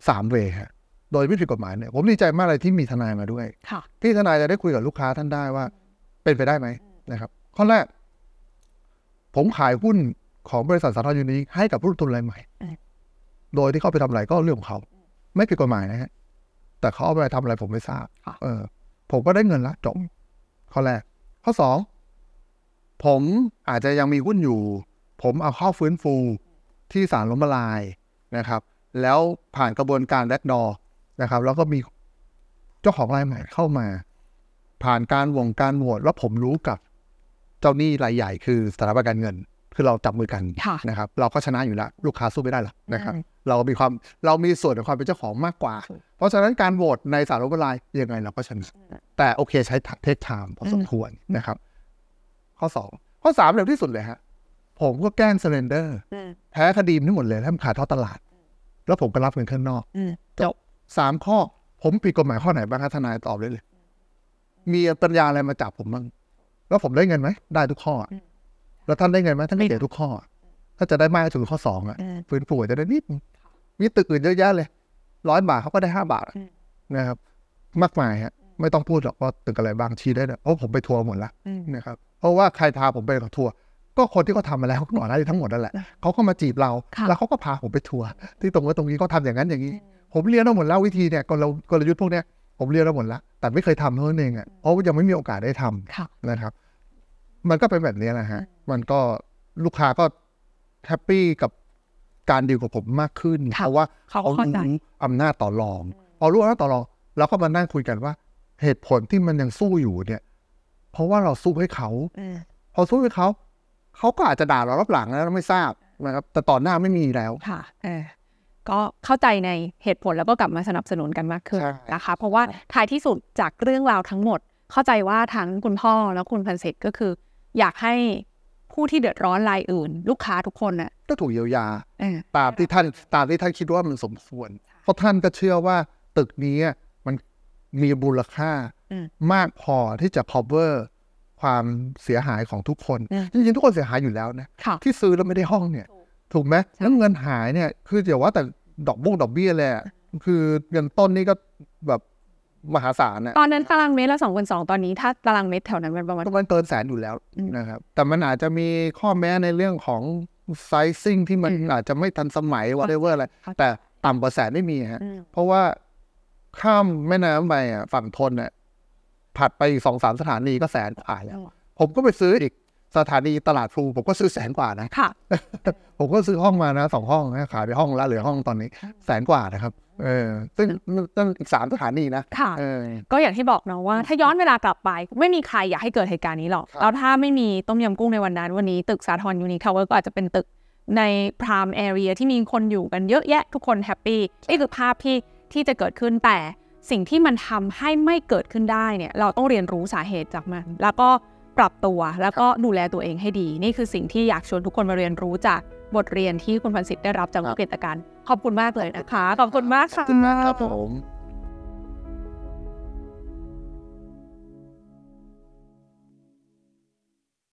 [SPEAKER 2] สามเวฮะ โดยไม่ผิดกฎหมายเนี่ยผมดีใจมากเลยที่มีทนายมาด้วย
[SPEAKER 1] ค่ะ
[SPEAKER 2] ที่ทนายจะได้คุยกับลูกค้าท่านได้ว่า เป็นไปได้ไหมนะครับข้อแรก ผมขายหุ้นของบริษัทสาธารณยูนี้ให้กับผู้ลงทุนรายใหม่
[SPEAKER 1] อืม
[SPEAKER 2] โดยที่เขาไปทำอะไรก็เรื่องของเขา ไม่ผิดกฎหมายนะฮะแต่เขาเอาไปทำอะไรผมไม่ทราบ
[SPEAKER 1] ค่ะ
[SPEAKER 2] เออ ผมก็ได้เงินละจบข้อแรก ข้อสองผมอาจจะยังมีหุ้นอยู่ ผมเอาเข้าฟื้นฟูที่ศาลล้มละลายนะครับ แล้วผ่านกระบวนการแรกดอนะครับ แล้วก็มีเจ้าของรายใหม่เข้ามา ผ่านการวงการโหวตแล้วผมรู้กับ เจ้าหนี้รายใหญ่คือสถาบันการเงิน คือเราจับมือกัน
[SPEAKER 1] ค่ะ
[SPEAKER 2] นะครับ เราก็ชนะอยู่แล้ว ลูกค้าสู้ไม่ได้หรอกนะครับ
[SPEAKER 1] อืม
[SPEAKER 2] เรามีความเรามีส่วนในความเป็นเจ้าของมากกว่า เพราะฉะนั้นการโหวตในสารรัฐธรรมนูญยังไงเราก็ชนะแต่โอเคใช้เทคไทม์พอสมควรนะครับ ข้อสองข้อสามเร็วที่สุดเลยฮะ ผมก็แกล้งเซเ r นเดอร์
[SPEAKER 1] อืม
[SPEAKER 2] แพ้คดีมันทั้งหมดเลยแล้วมันขาดทอดตลาด แล้วผมก็รับเงินข้างนอก
[SPEAKER 1] อืม
[SPEAKER 2] จบสามข้อ ผมผิดกฎหมายข้อไหนบ้างคะทนายตอบได้เลย มีปัญญาอะไรมาจับผมบ้างแล้วผมได้เงินไหมได้ทุกข้ออะ
[SPEAKER 1] อืม
[SPEAKER 2] แล้วท่านได้เงินไหมท่านก็เสียทุกข้ออะถ้าจะได้มากก็ถึงข้อสองอะ
[SPEAKER 1] อืม
[SPEAKER 2] ฟื้นฟูอาจจะได้นิดนึงมีตึกอื่นเยอะแยะเลย ร้อยบาทเขาก็ได้ห้าบาทอะ
[SPEAKER 1] อืม
[SPEAKER 2] นะครับ มากมายฮะ ไม่ต้องพูดหรอกว่าตึกอะไรบางชี้ได้เนี่ยเพราะผมไปทัวร์หมดละ
[SPEAKER 1] อืม
[SPEAKER 2] นะครับ เพราะว่าใครพาผมไปกับทัวร์ก็คนที่เขาทำมาแล้วก่อนหน้านี้ทั้งหมดนั่นแหละเขาก็มาจีบเรา
[SPEAKER 1] ค่ะ
[SPEAKER 2] แล้วเขาก็พาผมไปทัวร์ที่ตรงว่าตรงนี้ก็ทำอย่างนั้นอย่างนี้ ผมเรียนมาหมดแล้ววิธีเนี่ยกลยุทธ์กลยุทธ์พวกเนี้ยผมเรียนมาหมดแล้ว แต่ไม่เคยทำเท่านั้นเองอ่ะเพราะว่ายังไม่มีโอกาสได้ทำ
[SPEAKER 1] ค่ะ
[SPEAKER 2] นะครับ มันก็เป็นแบบนี้แหละฮะ มันก็ลูกค้าก็แฮปปี้กับการดีลกับผมมากขึ้น
[SPEAKER 1] ค่ะ
[SPEAKER 2] เพราะว่า
[SPEAKER 1] เขาเข้าใจ
[SPEAKER 2] อำนาจต่อรองพอรู้อำนาจต่อรองเราก็มานั่งคุยกันว่า เหตุผลที่มันยังสู้อยู่เนี่ย เพราะว่าเราสู้ให้เขา พอสู้ให้เขา เขาก็อาจจะด่าเรารอบหลังนะเราไม่ทราบนะครับ แต่ต่อหน้าไม่มีแล้ว
[SPEAKER 1] ค่ะเออก็เข้าใจในเหตุผลแล้วก็กลับมาสนับสนุนกันมากขึ้น
[SPEAKER 2] ใช่
[SPEAKER 1] นะคะ เพราะว่าท้ายที่สุดจากเรื่องราวทั้งหมด เข้าใจว่าทั้งคุณพ่อและคุณพันเซ็ก็คือ อยากให้ผู้ที่เดือดร้อนรายอื่น ลูกค้าทุกคนน่ะ
[SPEAKER 2] ก็ถูกเยียวยา
[SPEAKER 1] เออ
[SPEAKER 2] ตามที่ท่านตามที่ท่านคิดว่ามันสมควร เพราะท่านก็เชื่อว่าตึกนี้มันมีมูลค่า
[SPEAKER 1] อืม
[SPEAKER 2] มากพอที่จะ cover ความเสียหายของทุกคน
[SPEAKER 1] อืม
[SPEAKER 2] จริงๆทุกคนเสียหายอยู่แล้วนะ
[SPEAKER 1] ค่ะ
[SPEAKER 2] ที่ซื้อแล้วไม่ได้ห้องเนี่ย ถูกไหมแล้วเงินหายเนี่ย คืออย่าว่าแต่ดอกบุ้งดอกเบี้ยเลยอะคือเงินต้นนี่ก็แบบมหาศาลนะ
[SPEAKER 1] ตอนนั้นตารางเมตรละสองคนสองตอนนี้ถ้าตารางเมตรแถวนั้นมันประมาณ
[SPEAKER 2] ก็มันเกินแสนอยู่แล้ว
[SPEAKER 1] อืม
[SPEAKER 2] นะครับ แต่มันอาจจะมีข้อแม้ในเรื่องของไซซิ่งที่มัน
[SPEAKER 1] อืม
[SPEAKER 2] อาจจะไม่ทันสมัย
[SPEAKER 1] เข้า
[SPEAKER 2] whatever อะไร แต่ต่ำกว่าแสนไม่มีฮะ
[SPEAKER 1] อืม
[SPEAKER 2] เพราะว่าข้ามแม่น้ำไปอ่ะฝั่งทนอ่ะผัดไปอีกสองสามสถานีก็แสนกว่าแล้ว ผมก็ไปซื้ออีกสถานีตลาดพลูผมก็ซื้อแสนกว่านะ
[SPEAKER 1] ค่ะ
[SPEAKER 2] ผมก็ซื้อห้องมานะสองห้องนะขายไปห้องละเหลือห้องตอนนี้ แสนกว่านะครับ เออ ซึ่งนั่นอีกสามสถานีนะ
[SPEAKER 1] ค่ะ
[SPEAKER 2] เออ
[SPEAKER 1] ก็อย่างที่บอกเนาะว่าถ้าย้อนเวลากลับไป ไม่มีใครอยากให้เกิดเหตุการณ์นี้หรอก
[SPEAKER 2] ครับ
[SPEAKER 1] แล้วถ้าไม่มีต้มยำกุ้งในวันนั้น วันนี้ตึกสาทรยูนิคาวเวอร์ก็อาจจะเป็นตึกในพรามแอเรียที่มีคนอยู่กันเยอะแยะทุกคนแฮปปี้นี่คือภาพที่ที่จะเกิดขึ้นแต่สิ่งที่มันทำให้ไม่เกิดขึ้นได้เนี่ยเราต้องเรียนรู้สาเหตุจากมัน แล้วก็ปรับตัวแล้วก็ดูแลตัวเองให้ดี นี่คือสิ่งที่อยากชวนทุกคนมาเรียนรู้จากบทเรียนที่คุณพันศิษย์ได้รับจากวิกฤตการณ์ขอบคุณมากเลยนะคะขอบคุณมากค่ะ
[SPEAKER 2] ขอบคุณมากครับผม